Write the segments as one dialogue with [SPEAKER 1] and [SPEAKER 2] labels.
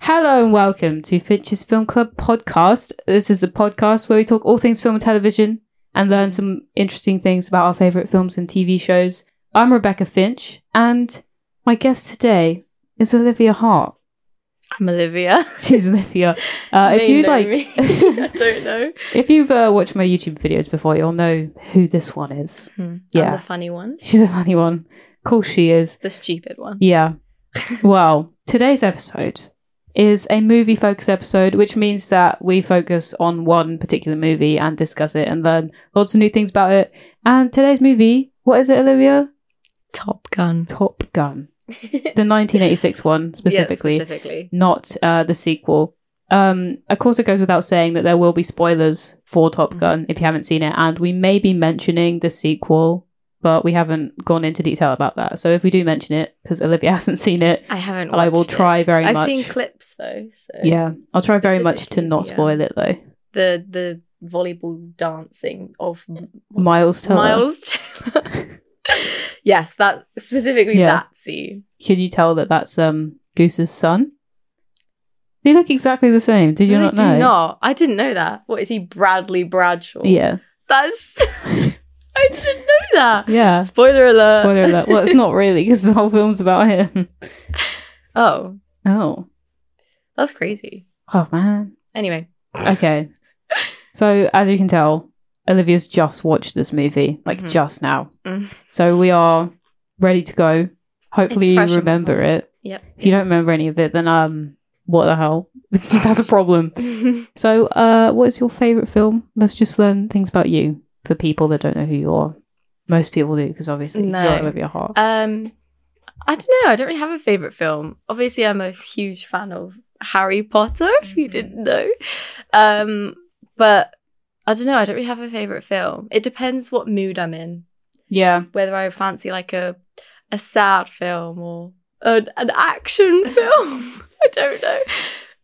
[SPEAKER 1] Hello and welcome to Finch's Film Club podcast. This is a podcast where we talk all things film and television and learn some interesting things about our favourite films and TV shows. I'm Rebecca Finch, and my guest today is Olivia Hart.
[SPEAKER 2] I'm Olivia.
[SPEAKER 1] She's Olivia. Uh, if
[SPEAKER 2] They
[SPEAKER 1] you'd
[SPEAKER 2] know
[SPEAKER 1] like,
[SPEAKER 2] me. I don't know.
[SPEAKER 1] if you've uh, watched my YouTube videos before, you'll know who this one is.
[SPEAKER 2] I'm
[SPEAKER 1] Hmm. Yeah.
[SPEAKER 2] the funny one.
[SPEAKER 1] She's a funny one. Of course, she is.
[SPEAKER 2] The stupid one.
[SPEAKER 1] Yeah. well, today's episode is a movie focus episode, which means that we focus on one particular movie and discuss it and learn lots of new things about it. And today's movie, what is it, Olivia?
[SPEAKER 2] Top Gun.
[SPEAKER 1] Top Gun, the 1986 one specifically,
[SPEAKER 2] Yeah, specifically.
[SPEAKER 1] not uh, the sequel. Um, of course, it goes without saying that there will be spoilers for Top
[SPEAKER 2] Mhm.
[SPEAKER 1] Gun if you haven't seen it, and we may be mentioning the sequel, but we haven't gone into detail about that. So if we do mention it, because Olivia hasn't seen it,
[SPEAKER 2] I haven't watched
[SPEAKER 1] I will
[SPEAKER 2] it.
[SPEAKER 1] try very
[SPEAKER 2] I've
[SPEAKER 1] much.
[SPEAKER 2] seen clips though. So
[SPEAKER 1] yeah, I'll try very much to
[SPEAKER 2] specifically,
[SPEAKER 1] not
[SPEAKER 2] yeah.
[SPEAKER 1] spoil it though.
[SPEAKER 2] The the volleyball dancing of what's-
[SPEAKER 1] Miles Teller.
[SPEAKER 2] Miles Teller. yes, that specifically
[SPEAKER 1] Yeah.
[SPEAKER 2] that scene.
[SPEAKER 1] Can you tell that that's um Goose's son? They look exactly the same. Did you
[SPEAKER 2] No, I
[SPEAKER 1] not
[SPEAKER 2] do
[SPEAKER 1] know?
[SPEAKER 2] not. I didn't know that. What is he, Bradley Bradshaw?
[SPEAKER 1] Yeah,
[SPEAKER 2] That's. I didn't know that.
[SPEAKER 1] yeah.
[SPEAKER 2] Spoiler alert.
[SPEAKER 1] Spoiler alert. Well, it's not really because the whole film's about him.
[SPEAKER 2] Oh,
[SPEAKER 1] Oh,
[SPEAKER 2] that's crazy.
[SPEAKER 1] oh man.
[SPEAKER 2] Anyway,
[SPEAKER 1] Okay. So as you can tell, Olivia's just watched this movie like
[SPEAKER 2] Mhm.
[SPEAKER 1] just now.
[SPEAKER 2] Mm.
[SPEAKER 1] So we are ready to go. Hopefully
[SPEAKER 2] It's
[SPEAKER 1] you
[SPEAKER 2] fresh in my
[SPEAKER 1] remember
[SPEAKER 2] mind.
[SPEAKER 1] it.
[SPEAKER 2] Yep.
[SPEAKER 1] If you don't remember any of it, then um, what the hell? That's a problem.
[SPEAKER 2] um,
[SPEAKER 1] So, uh, what is your favorite film? Let's just learn things about you for people that don't know who you are. Most people do because obviously
[SPEAKER 2] No.
[SPEAKER 1] you're Olivia Hart.
[SPEAKER 2] um, I don't know. I don't really have a favorite film. Obviously, I'm a huge fan of Harry Potter. If
[SPEAKER 1] Mm-hmm.
[SPEAKER 2] you didn't know, um, but I don't know. I don't really have a favorite film. It depends what mood I'm in.
[SPEAKER 1] yeah,
[SPEAKER 2] Whether I fancy like a a sad film or an, an action film. I don't know.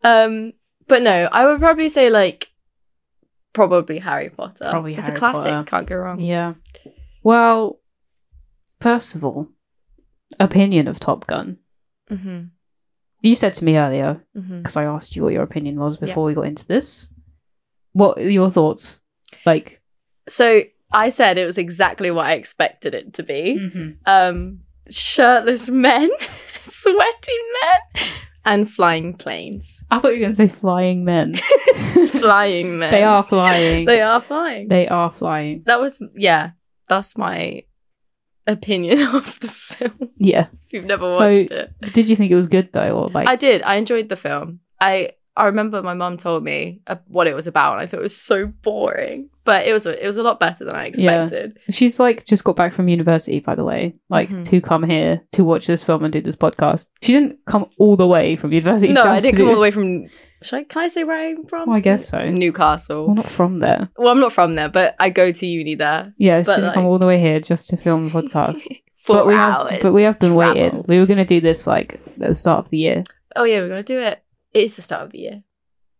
[SPEAKER 2] Um, but no, I would probably say like probably Harry Potter.
[SPEAKER 1] Probably
[SPEAKER 2] it's
[SPEAKER 1] Harry
[SPEAKER 2] a classic.
[SPEAKER 1] Potter.
[SPEAKER 2] Can't go wrong.
[SPEAKER 1] yeah. Well, first of all, opinion of Top Gun.
[SPEAKER 2] hmm
[SPEAKER 1] You said to me earlier
[SPEAKER 2] hmm
[SPEAKER 1] because I asked you what your opinion was
[SPEAKER 2] Yeah.
[SPEAKER 1] before we got into this. What are your thoughts? Like,
[SPEAKER 2] So I said it was exactly what I expected it to be. Um, shirtless men, sweaty men, and flying planes.
[SPEAKER 1] I thought you were going to say flying men.
[SPEAKER 2] Flying men.
[SPEAKER 1] They are flying.
[SPEAKER 2] They are flying.
[SPEAKER 1] They are flying.
[SPEAKER 2] that was yeah. That's my opinion of the film.
[SPEAKER 1] Yeah.
[SPEAKER 2] If you've never watched
[SPEAKER 1] So-
[SPEAKER 2] it,
[SPEAKER 1] Did you think it was good though, or like?
[SPEAKER 2] I did. I enjoyed the film. I I remember my mum told me uh, what it was about, and I thought it was so boring. But it was a- it was a lot better than I expected.
[SPEAKER 1] She's like just got back from university, by the way, like
[SPEAKER 2] Mhm.
[SPEAKER 1] to come here to watch this film and do this podcast. She didn't come all the way from university.
[SPEAKER 2] No,
[SPEAKER 1] for
[SPEAKER 2] I
[SPEAKER 1] us
[SPEAKER 2] didn't
[SPEAKER 1] to
[SPEAKER 2] come
[SPEAKER 1] do-
[SPEAKER 2] all the way from. Should I, can I say where I'm from?
[SPEAKER 1] Well, I guess so. Well,
[SPEAKER 2] Newcastle.
[SPEAKER 1] not from there.
[SPEAKER 2] Well, I'm not from there, but I go to uni there.
[SPEAKER 1] Yeah, she
[SPEAKER 2] But,
[SPEAKER 1] didn't come
[SPEAKER 2] like-
[SPEAKER 1] all the way here just to film the podcast.
[SPEAKER 2] Four
[SPEAKER 1] but we
[SPEAKER 2] hours.
[SPEAKER 1] have, but we have been
[SPEAKER 2] travel.
[SPEAKER 1] waiting. We were going to do this like at the start of the year.
[SPEAKER 2] oh yeah, we're gonna do it. It's the start of the year.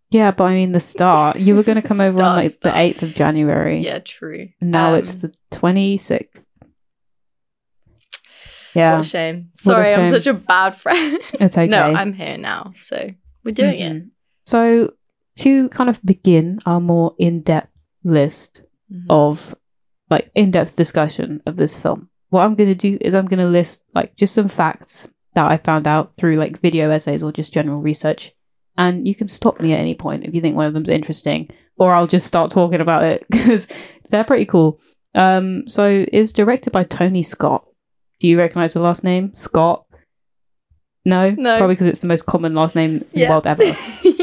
[SPEAKER 1] Yeah, but I mean the start. You were going to come over on
[SPEAKER 2] Start,
[SPEAKER 1] like
[SPEAKER 2] start.
[SPEAKER 1] the eighth of January.
[SPEAKER 2] Yeah, true.
[SPEAKER 1] Now
[SPEAKER 2] Um,
[SPEAKER 1] it's the twenty sixth.
[SPEAKER 2] What
[SPEAKER 1] Yeah,
[SPEAKER 2] a shame. Sorry, I'm
[SPEAKER 1] shame.
[SPEAKER 2] such a bad friend.
[SPEAKER 1] it's okay.
[SPEAKER 2] No, I'm here now, so we're doing it.
[SPEAKER 1] Mhm. So, to kind of begin our more in depth list
[SPEAKER 2] Mhm.
[SPEAKER 1] of like in depth discussion of this film, what I'm going to do is I'm going to list like just some facts that I found out through like video essays or just general research. And you can stop me at any point if you think one of them's interesting, or I'll just start talking about it because they're pretty cool. Um, so, it's directed by Tony Scott. Do you recognize the last name? Scott? No?
[SPEAKER 2] No.
[SPEAKER 1] Probably because it's the most common last name in
[SPEAKER 2] Yeah.
[SPEAKER 1] the world ever.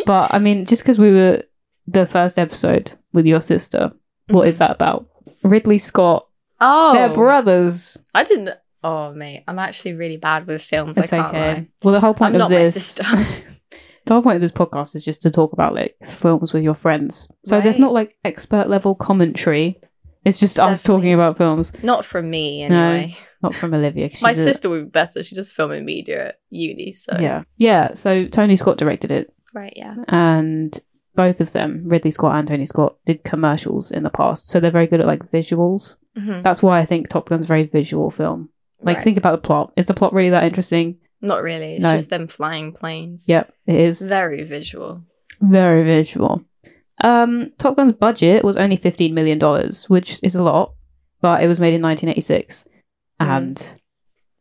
[SPEAKER 1] But I mean, just because we were the first episode with your sister, what is that about? Ridley Scott,
[SPEAKER 2] Mm. oh,
[SPEAKER 1] they're brothers.
[SPEAKER 2] I didn't. Oh mate, I'm actually really bad with films.
[SPEAKER 1] It's
[SPEAKER 2] I can't
[SPEAKER 1] okay.
[SPEAKER 2] lie.
[SPEAKER 1] Well, the whole point
[SPEAKER 2] I'm
[SPEAKER 1] of
[SPEAKER 2] not my
[SPEAKER 1] this,
[SPEAKER 2] sister.
[SPEAKER 1] the whole point of this podcast is just to talk about like films with your friends. So there's
[SPEAKER 2] Right.
[SPEAKER 1] not like expert level commentary. It's just us
[SPEAKER 2] Definitely.
[SPEAKER 1] talking about films,
[SPEAKER 2] Not from me
[SPEAKER 1] No.
[SPEAKER 2] anyway.
[SPEAKER 1] not from Olivia. 'cause
[SPEAKER 2] My
[SPEAKER 1] she's a-
[SPEAKER 2] sister would be better. She does film and media at uni, so
[SPEAKER 1] yeah, yeah. So Tony Scott directed it,
[SPEAKER 2] right, yeah.
[SPEAKER 1] and both of them, Ridley Scott and Tony Scott, did commercials in the past. So they're very good at like visuals.
[SPEAKER 2] Mhm.
[SPEAKER 1] That's why I think Top Gun's a very visual film. Like,
[SPEAKER 2] Right.
[SPEAKER 1] think about the plot. Is the plot really that interesting?
[SPEAKER 2] Not really. It's
[SPEAKER 1] No.
[SPEAKER 2] just them flying planes.
[SPEAKER 1] Yep, it
[SPEAKER 2] It's
[SPEAKER 1] is
[SPEAKER 2] very visual.
[SPEAKER 1] very visual. Um, Top Gun's budget was only fifteen million dollars, which is a lot, but it was made in 1986,
[SPEAKER 2] Mm.
[SPEAKER 1] and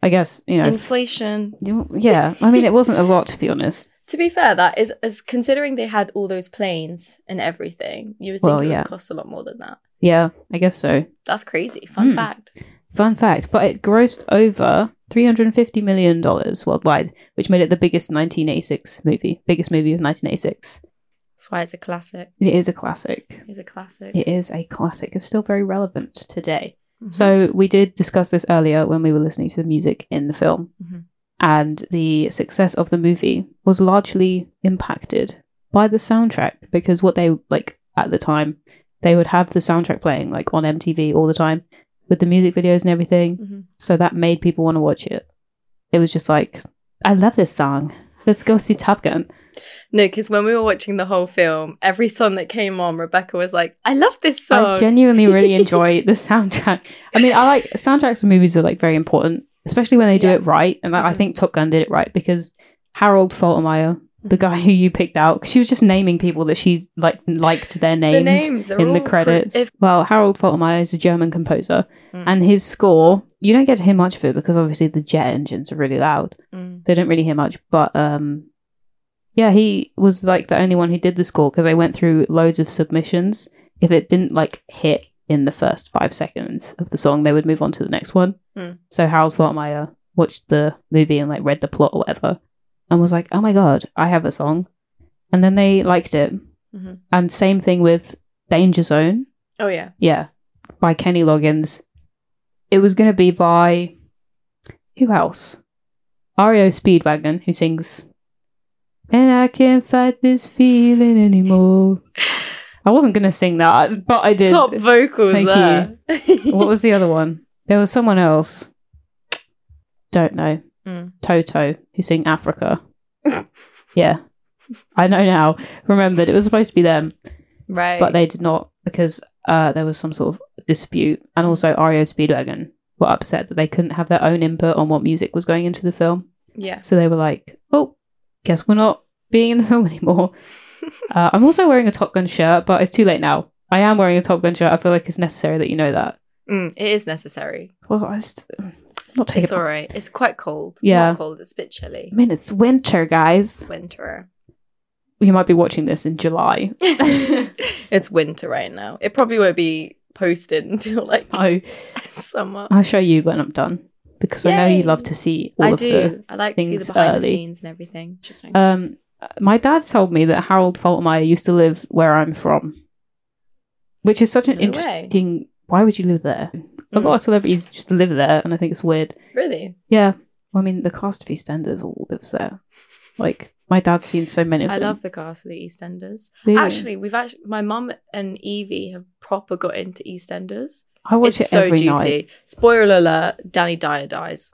[SPEAKER 1] I guess you know,
[SPEAKER 2] Inflation.
[SPEAKER 1] you- yeah. I mean, it wasn't a lot to be honest.
[SPEAKER 2] To be fair, that is as considering they had all those planes and everything, you would think
[SPEAKER 1] Well,
[SPEAKER 2] it would
[SPEAKER 1] yeah.
[SPEAKER 2] cost a lot more than that.
[SPEAKER 1] Yeah, I guess so.
[SPEAKER 2] That's crazy. Fun
[SPEAKER 1] Mm.
[SPEAKER 2] fact.
[SPEAKER 1] Fun fact, but it grossed over $350 million worldwide, which made it the biggest 1986 movie, biggest movie of 1986.
[SPEAKER 2] That's why it's a classic.
[SPEAKER 1] It is a classic.
[SPEAKER 2] It's a classic.
[SPEAKER 1] It is a classic. It's still very relevant today.
[SPEAKER 2] Mhm.
[SPEAKER 1] So we did discuss this earlier when we were listening to the music in the film.
[SPEAKER 2] Mhm.
[SPEAKER 1] And the success of the movie was largely impacted by the soundtrack because what they like at the time, they would have the soundtrack playing like on MTV all the time with the music videos and everything.
[SPEAKER 2] Mhm.
[SPEAKER 1] So that made people want to watch it. It was just like, I love this song. Let's go see Top Gun.
[SPEAKER 2] No, because when we were watching the whole film, every song that came on, Rebecca was like, I love this
[SPEAKER 1] I
[SPEAKER 2] song.
[SPEAKER 1] genuinely really enjoy the soundtrack. I mean, I like soundtracks of movies are like very important, especially when they do
[SPEAKER 2] Yeah.
[SPEAKER 1] it right. And like, I
[SPEAKER 2] Mhm.
[SPEAKER 1] think Top Gun did it right because Harold Faltermeyer,
[SPEAKER 2] Mm-hmm.
[SPEAKER 1] the guy who you picked out, 'cause she was just naming people that she like liked their names.
[SPEAKER 2] the names they're
[SPEAKER 1] in the
[SPEAKER 2] all cr-
[SPEAKER 1] credits.
[SPEAKER 2] if-
[SPEAKER 1] well, Harold Faltermeyer is a German composer,
[SPEAKER 2] Mm.
[SPEAKER 1] and his score, you don't get to hear much of it because obviously the jet engines are really loud.
[SPEAKER 2] Mm.
[SPEAKER 1] So I don't really hear much, but um, yeah, he was like the only one who did the score because I went through loads of submissions. If it didn't like hit in the first five seconds of the song, they would move on to the next one.
[SPEAKER 2] Hmm.
[SPEAKER 1] So Harold Faltmeyer watched the movie and like read the plot or whatever, and was like, "Oh my god, I have a song," and then they liked it.
[SPEAKER 2] Mhm.
[SPEAKER 1] And same thing with Danger Zone,
[SPEAKER 2] Oh, yeah.
[SPEAKER 1] yeah, by Kenny Loggins. It was going to be by who else? Ario Speedwagon, who sings, and I can't fight this feeling anymore. I wasn't going to sing that, but I did.
[SPEAKER 2] Top vocals
[SPEAKER 1] Thank
[SPEAKER 2] there.
[SPEAKER 1] What was the other one? There was someone else. Don't know.
[SPEAKER 2] Mm.
[SPEAKER 1] Toto, who sing Africa. yeah. I know now. Remembered, it was supposed to be them
[SPEAKER 2] right.
[SPEAKER 1] but they did not because uh, there was some sort of dispute, and also Ario Speedwagon were upset that they couldn't have their own input on what music was going into the film.
[SPEAKER 2] yeah.
[SPEAKER 1] So they were like, "Oh, guess we're not being in the film anymore." uh, I'm also wearing a Top Gun shirt, but it's too late now. I am wearing a Top Gun shirt. I feel like it's necessary that you know that.
[SPEAKER 2] Mm, it is necessary.
[SPEAKER 1] Well, I just I'm not taking.
[SPEAKER 2] It's all right. It's quite cold.
[SPEAKER 1] Yeah.
[SPEAKER 2] Not cold. It's a bit chilly.
[SPEAKER 1] I mean, it's winter, guys.
[SPEAKER 2] Winter.
[SPEAKER 1] You might be watching this in July.
[SPEAKER 2] it's winter right now. It probably won't be posted until like
[SPEAKER 1] No,
[SPEAKER 2] summer.
[SPEAKER 1] I'll show you when I'm done because I know you
[SPEAKER 2] Yay.
[SPEAKER 1] love to see all
[SPEAKER 2] I
[SPEAKER 1] of the
[SPEAKER 2] do. I like to see
[SPEAKER 1] things
[SPEAKER 2] the behind
[SPEAKER 1] early.
[SPEAKER 2] the scenes and everything. Interesting.
[SPEAKER 1] Um, my dad told me that Harold Faltermeyer used to live where I'm from, which is such an
[SPEAKER 2] No way.
[SPEAKER 1] interesting. Why would you live there? A
[SPEAKER 2] Mm.
[SPEAKER 1] lot of celebrities just live there, and I think it's weird.
[SPEAKER 2] really?
[SPEAKER 1] Yeah, well, I mean, the cast of EastEnders all lives there. Like my dad's seen so many of
[SPEAKER 2] I
[SPEAKER 1] them.
[SPEAKER 2] love the cast of the EastEnders.
[SPEAKER 1] Do you?
[SPEAKER 2] Actually, we've actually my mum and Evie have proper got into EastEnders.
[SPEAKER 1] I watch it
[SPEAKER 2] it's so
[SPEAKER 1] every
[SPEAKER 2] juicy.
[SPEAKER 1] night.
[SPEAKER 2] Spoiler alert: Danny Dyer dies.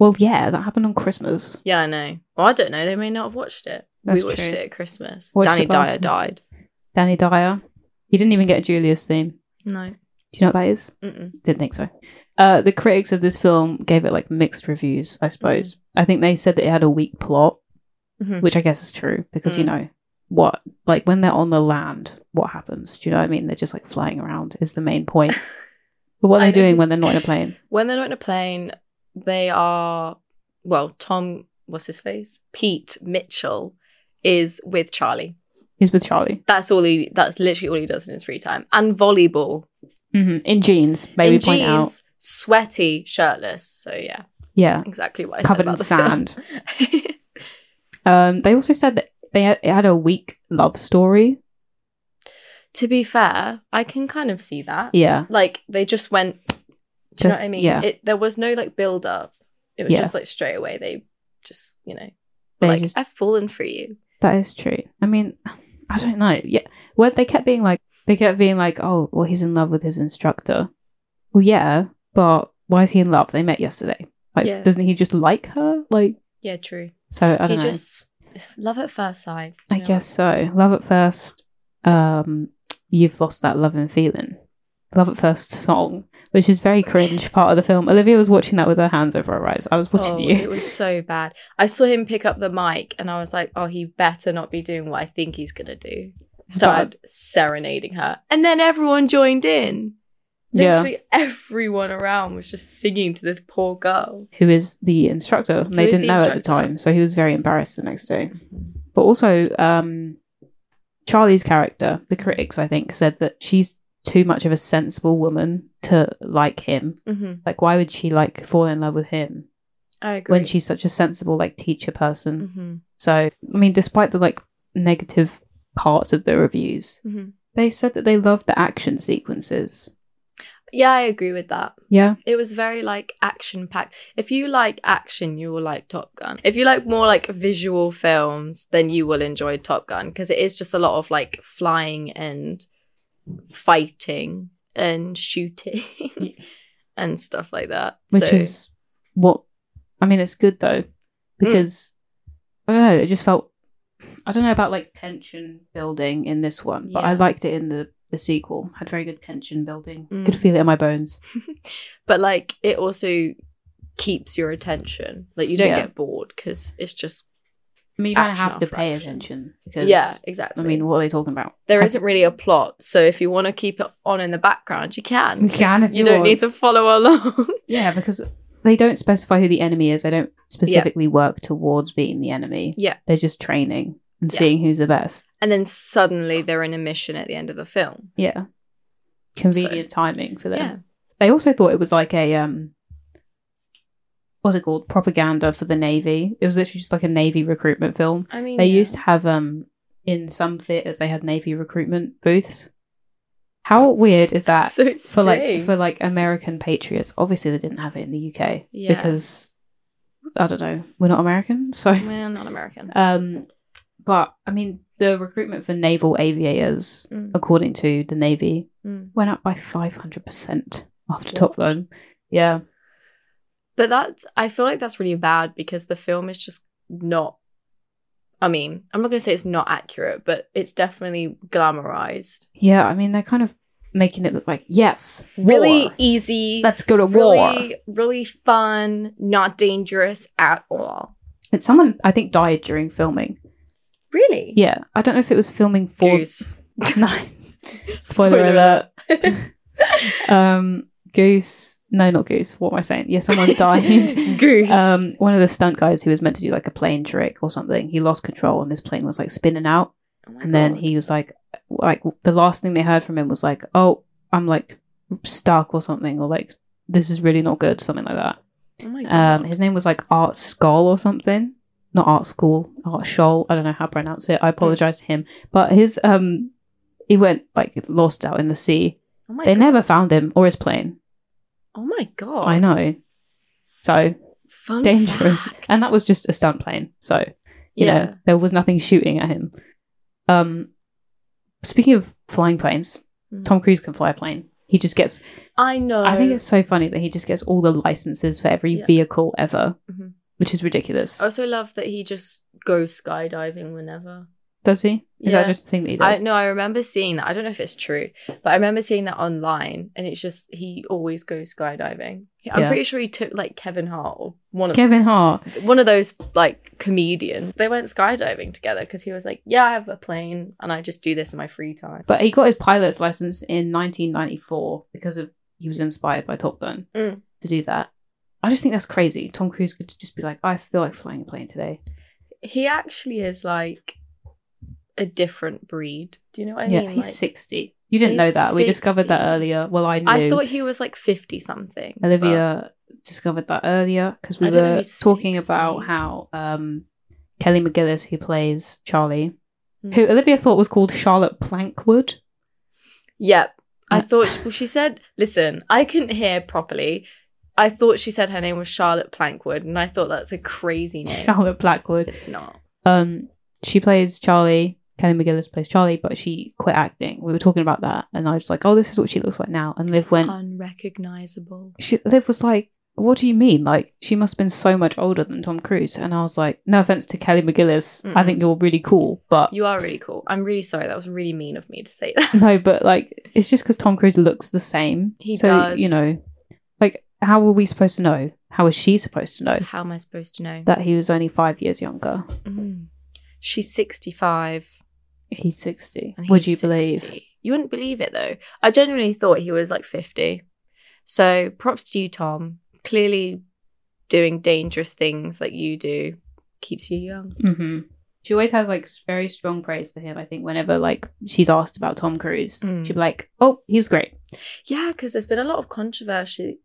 [SPEAKER 1] Well, yeah, that happened on Christmas.
[SPEAKER 2] Yeah, I know. Well, I don't know. They may not have watched it.
[SPEAKER 1] That's
[SPEAKER 2] we watched
[SPEAKER 1] true.
[SPEAKER 2] it at Christmas.
[SPEAKER 1] Watched
[SPEAKER 2] Danny
[SPEAKER 1] it last
[SPEAKER 2] Dyer
[SPEAKER 1] night.
[SPEAKER 2] died.
[SPEAKER 1] Danny Dyer. He didn't even get a Julius theme. Do
[SPEAKER 2] No.
[SPEAKER 1] you know what that is?
[SPEAKER 2] Mm-mm.
[SPEAKER 1] Didn't think so. Uh, the critics of this film gave it like mixed reviews.
[SPEAKER 2] Mm-hmm.
[SPEAKER 1] I suppose. I think they said that it had a weak plot,
[SPEAKER 2] Mhm.
[SPEAKER 1] which I guess is true because you
[SPEAKER 2] Mm.
[SPEAKER 1] know what, like when they're on the land, what happens? Do you know what I mean? They're just like flying around is the main point. but what are
[SPEAKER 2] I
[SPEAKER 1] they doing
[SPEAKER 2] don't-
[SPEAKER 1] when they're not in a plane?
[SPEAKER 2] When they're not in a plane, they are well. Tom, what's his face? Pete Mitchell is with Charlie.
[SPEAKER 1] He's with Charlie
[SPEAKER 2] That's all he. That's literally all he does in his free time. And volleyball
[SPEAKER 1] hmm in jeans. Maybe
[SPEAKER 2] Mm-hmm. in
[SPEAKER 1] point out,
[SPEAKER 2] jeans, sweaty, shirtless. So yeah,
[SPEAKER 1] yeah,
[SPEAKER 2] exactly what I
[SPEAKER 1] covered in
[SPEAKER 2] said about
[SPEAKER 1] sand.
[SPEAKER 2] the film.
[SPEAKER 1] Um, they also said that they had, it had a weak love story.
[SPEAKER 2] to be fair, I can kind of see that.
[SPEAKER 1] Yeah,
[SPEAKER 2] Like they just went. Do you know
[SPEAKER 1] Just-
[SPEAKER 2] what I mean?
[SPEAKER 1] yeah.
[SPEAKER 2] It, there was no like build up. It was
[SPEAKER 1] Yeah.
[SPEAKER 2] just like straight away. They just you know
[SPEAKER 1] they
[SPEAKER 2] like
[SPEAKER 1] just
[SPEAKER 2] I've fallen for you.
[SPEAKER 1] That is true. I mean, I don't know. Yeah, well, they kept being like, they kept being like, oh, well, he's in love with his instructor. Well, yeah, but why is he in love? They met yesterday. Like,
[SPEAKER 2] Yeah.
[SPEAKER 1] doesn't he just like her? Like,
[SPEAKER 2] Yeah, true.
[SPEAKER 1] so I
[SPEAKER 2] You
[SPEAKER 1] don't know.
[SPEAKER 2] just love at first sight.
[SPEAKER 1] I
[SPEAKER 2] you know?
[SPEAKER 1] guess so. Love at first. Um, you've lost that love and feeling. Love at first song. which is very cringe part of the film. Olivia was watching that with her hands over her eyes. I was watching
[SPEAKER 2] oh,
[SPEAKER 1] you.
[SPEAKER 2] It was so bad. I saw him pick up the mic and I was like, oh, he better not be doing what I think he's going to do. Started serenading her. And then everyone joined in.
[SPEAKER 1] Yeah.
[SPEAKER 2] Literally everyone around was just singing to this poor girl.
[SPEAKER 1] Who is the instructor? and they
[SPEAKER 2] is
[SPEAKER 1] didn't
[SPEAKER 2] the
[SPEAKER 1] know at the
[SPEAKER 2] instructor?
[SPEAKER 1] time, so he was very embarrassed the next day. But also, um, Charlie's character, the critics, I think, said that she's too much of a sensible woman to like him.
[SPEAKER 2] hmm
[SPEAKER 1] Like, why would she like fall in love with him
[SPEAKER 2] I agree.
[SPEAKER 1] when she's such a sensible like teacher person?
[SPEAKER 2] hmm
[SPEAKER 1] So, I mean, despite the like negative parts of the reviews,
[SPEAKER 2] hmm
[SPEAKER 1] they said that they loved the action sequences.
[SPEAKER 2] Yeah, I agree with that.
[SPEAKER 1] Yeah,
[SPEAKER 2] It was very like action packed. If you like action, you will like Top Gun. If you like more like visual films, then you will enjoy Top Gun because it is just a lot of like flying and fighting and shooting and stuff like that.
[SPEAKER 1] which
[SPEAKER 2] so Mm.
[SPEAKER 1] is what I mean. It's good though because I don't know. It just felt I don't know about like tension building in this one, but I
[SPEAKER 2] Yeah.
[SPEAKER 1] liked it in the the sequel. Had very good tension building. Could
[SPEAKER 2] Mm.
[SPEAKER 1] feel it in my bones.
[SPEAKER 2] but like it also keeps your attention. Like you don't
[SPEAKER 1] Yeah.
[SPEAKER 2] get bored because it's just
[SPEAKER 1] I mean, you kind of
[SPEAKER 2] Action
[SPEAKER 1] have to
[SPEAKER 2] after
[SPEAKER 1] pay
[SPEAKER 2] action.
[SPEAKER 1] attention because
[SPEAKER 2] yeah, exactly.
[SPEAKER 1] I mean, what are they talking about?
[SPEAKER 2] there
[SPEAKER 1] I-
[SPEAKER 2] isn't really a plot, so if you want to keep it on in the background, you can.
[SPEAKER 1] You
[SPEAKER 2] 'cause
[SPEAKER 1] can if
[SPEAKER 2] You
[SPEAKER 1] you
[SPEAKER 2] don't
[SPEAKER 1] want.
[SPEAKER 2] need to follow along.
[SPEAKER 1] Yeah, because they don't specify who the enemy is. They don't specifically work towards being the enemy.
[SPEAKER 2] Yeah.
[SPEAKER 1] They're just training and
[SPEAKER 2] Yeah.
[SPEAKER 1] seeing who's the best.
[SPEAKER 2] and then suddenly they're in a mission at the end of the film.
[SPEAKER 1] Yeah. Convenient timing for them.
[SPEAKER 2] Yeah.
[SPEAKER 1] They also thought it was like a um what's it called? Propaganda for the Navy. It was literally just like a Navy recruitment film.
[SPEAKER 2] I mean,
[SPEAKER 1] They used to have um in some theatres they had Navy recruitment booths. How weird is that?
[SPEAKER 2] so
[SPEAKER 1] for like
[SPEAKER 2] strange.
[SPEAKER 1] for like American patriots. Obviously, they didn't have it in the UK
[SPEAKER 2] Yeah.
[SPEAKER 1] because I don't know, we're not American, so.
[SPEAKER 2] Well, not American.
[SPEAKER 1] Um, but I mean, the recruitment for naval aviators,
[SPEAKER 2] Mm,
[SPEAKER 1] according to the Navy,
[SPEAKER 2] mm.
[SPEAKER 1] went up by five hundred percent after
[SPEAKER 2] What?
[SPEAKER 1] Top Gun. Yeah,
[SPEAKER 2] But that's I feel like that's really bad because the film is just not. I mean, I'm not going to say it's not accurate, but it's definitely glamorized.
[SPEAKER 1] yeah. I mean, they're kind of making it look like yes, war.
[SPEAKER 2] Really easy.
[SPEAKER 1] Let's go to war.
[SPEAKER 2] really, really fun. Not dangerous at all.
[SPEAKER 1] And someone I think died during filming.
[SPEAKER 2] Really?
[SPEAKER 1] Yeah, I don't know if it was filming for
[SPEAKER 2] Goose.
[SPEAKER 1] No. Spoiler alert. um, Goose. No, not Goose. What am I saying? Yeah, someone died.
[SPEAKER 2] Goose.
[SPEAKER 1] um, one of the stunt guys who was meant to do like a plane trick or something, he lost control and this plane was like spinning out.
[SPEAKER 2] Oh my
[SPEAKER 1] And then
[SPEAKER 2] God.
[SPEAKER 1] he was like, like the last thing they heard from him was like, "Oh, I'm like stuck or something," or like, "This is really not good," something like that.
[SPEAKER 2] Oh my
[SPEAKER 1] Um,
[SPEAKER 2] God.
[SPEAKER 1] his name was like Art Skull or something. Not Art School, Art Scholl. I don't know how to pronounce it. I
[SPEAKER 2] Hmm.
[SPEAKER 1] apologize to him. But his um, he went like lost out in the sea.
[SPEAKER 2] oh my
[SPEAKER 1] they
[SPEAKER 2] God.
[SPEAKER 1] never found him or his plane.
[SPEAKER 2] Oh my god! Oh,
[SPEAKER 1] I know. So
[SPEAKER 2] Fun
[SPEAKER 1] dangerous,
[SPEAKER 2] fact.
[SPEAKER 1] and that was just a stunt plane. So you
[SPEAKER 2] yeah.
[SPEAKER 1] know there was nothing shooting at him. Um, speaking of flying planes,
[SPEAKER 2] Mm.
[SPEAKER 1] Tom Cruise can fly a plane. He just gets
[SPEAKER 2] I know.
[SPEAKER 1] I think it's so funny that he just gets all the licenses for every
[SPEAKER 2] Yeah. Oh.
[SPEAKER 1] vehicle ever,
[SPEAKER 2] Mhm.
[SPEAKER 1] which is ridiculous.
[SPEAKER 2] I also love that he just goes skydiving whenever.
[SPEAKER 1] Does he? Is
[SPEAKER 2] Yeah.
[SPEAKER 1] that just a thing that he
[SPEAKER 2] I
[SPEAKER 1] does?
[SPEAKER 2] no, I remember seeing that. I don't know if it's true, but I remember seeing that online, and it's just he always goes skydiving. I'm
[SPEAKER 1] Yeah.
[SPEAKER 2] pretty sure he took like Kevin Hart or one of
[SPEAKER 1] Kevin Hart.
[SPEAKER 2] one of those like comedians. They went skydiving together because he was like, "Yeah, I have a plane, and I just do this in my free time."
[SPEAKER 1] But he got his pilot's license in 1994 because of he was inspired by Top Gun
[SPEAKER 2] Mm.
[SPEAKER 1] to do that. I just think that's crazy. Tom Cruise could just be like, I feel like flying a plane today.
[SPEAKER 2] He actually is like a different breed. Do you know what I
[SPEAKER 1] yeah,
[SPEAKER 2] mean?
[SPEAKER 1] he's
[SPEAKER 2] Like-
[SPEAKER 1] 60. You didn't know
[SPEAKER 2] he's
[SPEAKER 1] that. We discovered that
[SPEAKER 2] 60.
[SPEAKER 1] earlier. Well, I knew.
[SPEAKER 2] I thought he was like fifty something. but-
[SPEAKER 1] Olivia discovered that earlier because we
[SPEAKER 2] I don't know,
[SPEAKER 1] were
[SPEAKER 2] he's
[SPEAKER 1] talking
[SPEAKER 2] 60.
[SPEAKER 1] about how um, Kelly McGillis, who plays Charlie,
[SPEAKER 2] Mm.
[SPEAKER 1] who Olivia thought was called Charlotte Plankwood.
[SPEAKER 2] Yep. I
[SPEAKER 1] Yeah.
[SPEAKER 2] thought well, she said, listen, I couldn't hear properly. I thought she said her name was Charlotte Plankwood, and I thought that's a crazy name.
[SPEAKER 1] Charlotte Blackwood.
[SPEAKER 2] It's not.
[SPEAKER 1] Um, she plays Charlie. Kelly McGillis plays Charlie, but she quit acting. We were talking about that, and I was like, "Oh, this is what she looks like now." And Liv
[SPEAKER 2] Uh-huh.
[SPEAKER 1] went,
[SPEAKER 2] Unrecognizable.
[SPEAKER 1] she, "Liv was like, what do you mean? Like, she must have been so much older than Tom Cruise." And I was like, "No offense to Kelly McGillis, I
[SPEAKER 2] Mm-mm.
[SPEAKER 1] think you're really cool, but
[SPEAKER 2] You are really cool. I'm really sorry. That was really mean of me to say that.
[SPEAKER 1] no, but like, it's just because Tom Cruise looks the same.
[SPEAKER 2] He
[SPEAKER 1] so,
[SPEAKER 2] does.
[SPEAKER 1] You know, like how were we supposed to know? How is she supposed to know
[SPEAKER 2] How am I supposed to know?
[SPEAKER 1] that he was only five years younger?
[SPEAKER 2] Mm. She's 65.
[SPEAKER 1] He's sixty.
[SPEAKER 2] and
[SPEAKER 1] Would you
[SPEAKER 2] he's
[SPEAKER 1] believe?
[SPEAKER 2] 60. You wouldn't believe it though. I genuinely thought he was like 50. So props to you, Tom. Clearly doing dangerous things like you do keeps you young.
[SPEAKER 1] hmm She always has like s- very strong praise for him. I think whenever like she's asked about Tom Cruise,
[SPEAKER 2] Mm.
[SPEAKER 1] she'd be like, "Oh, he's great."
[SPEAKER 2] Yeah, because there's been a lot of controversy.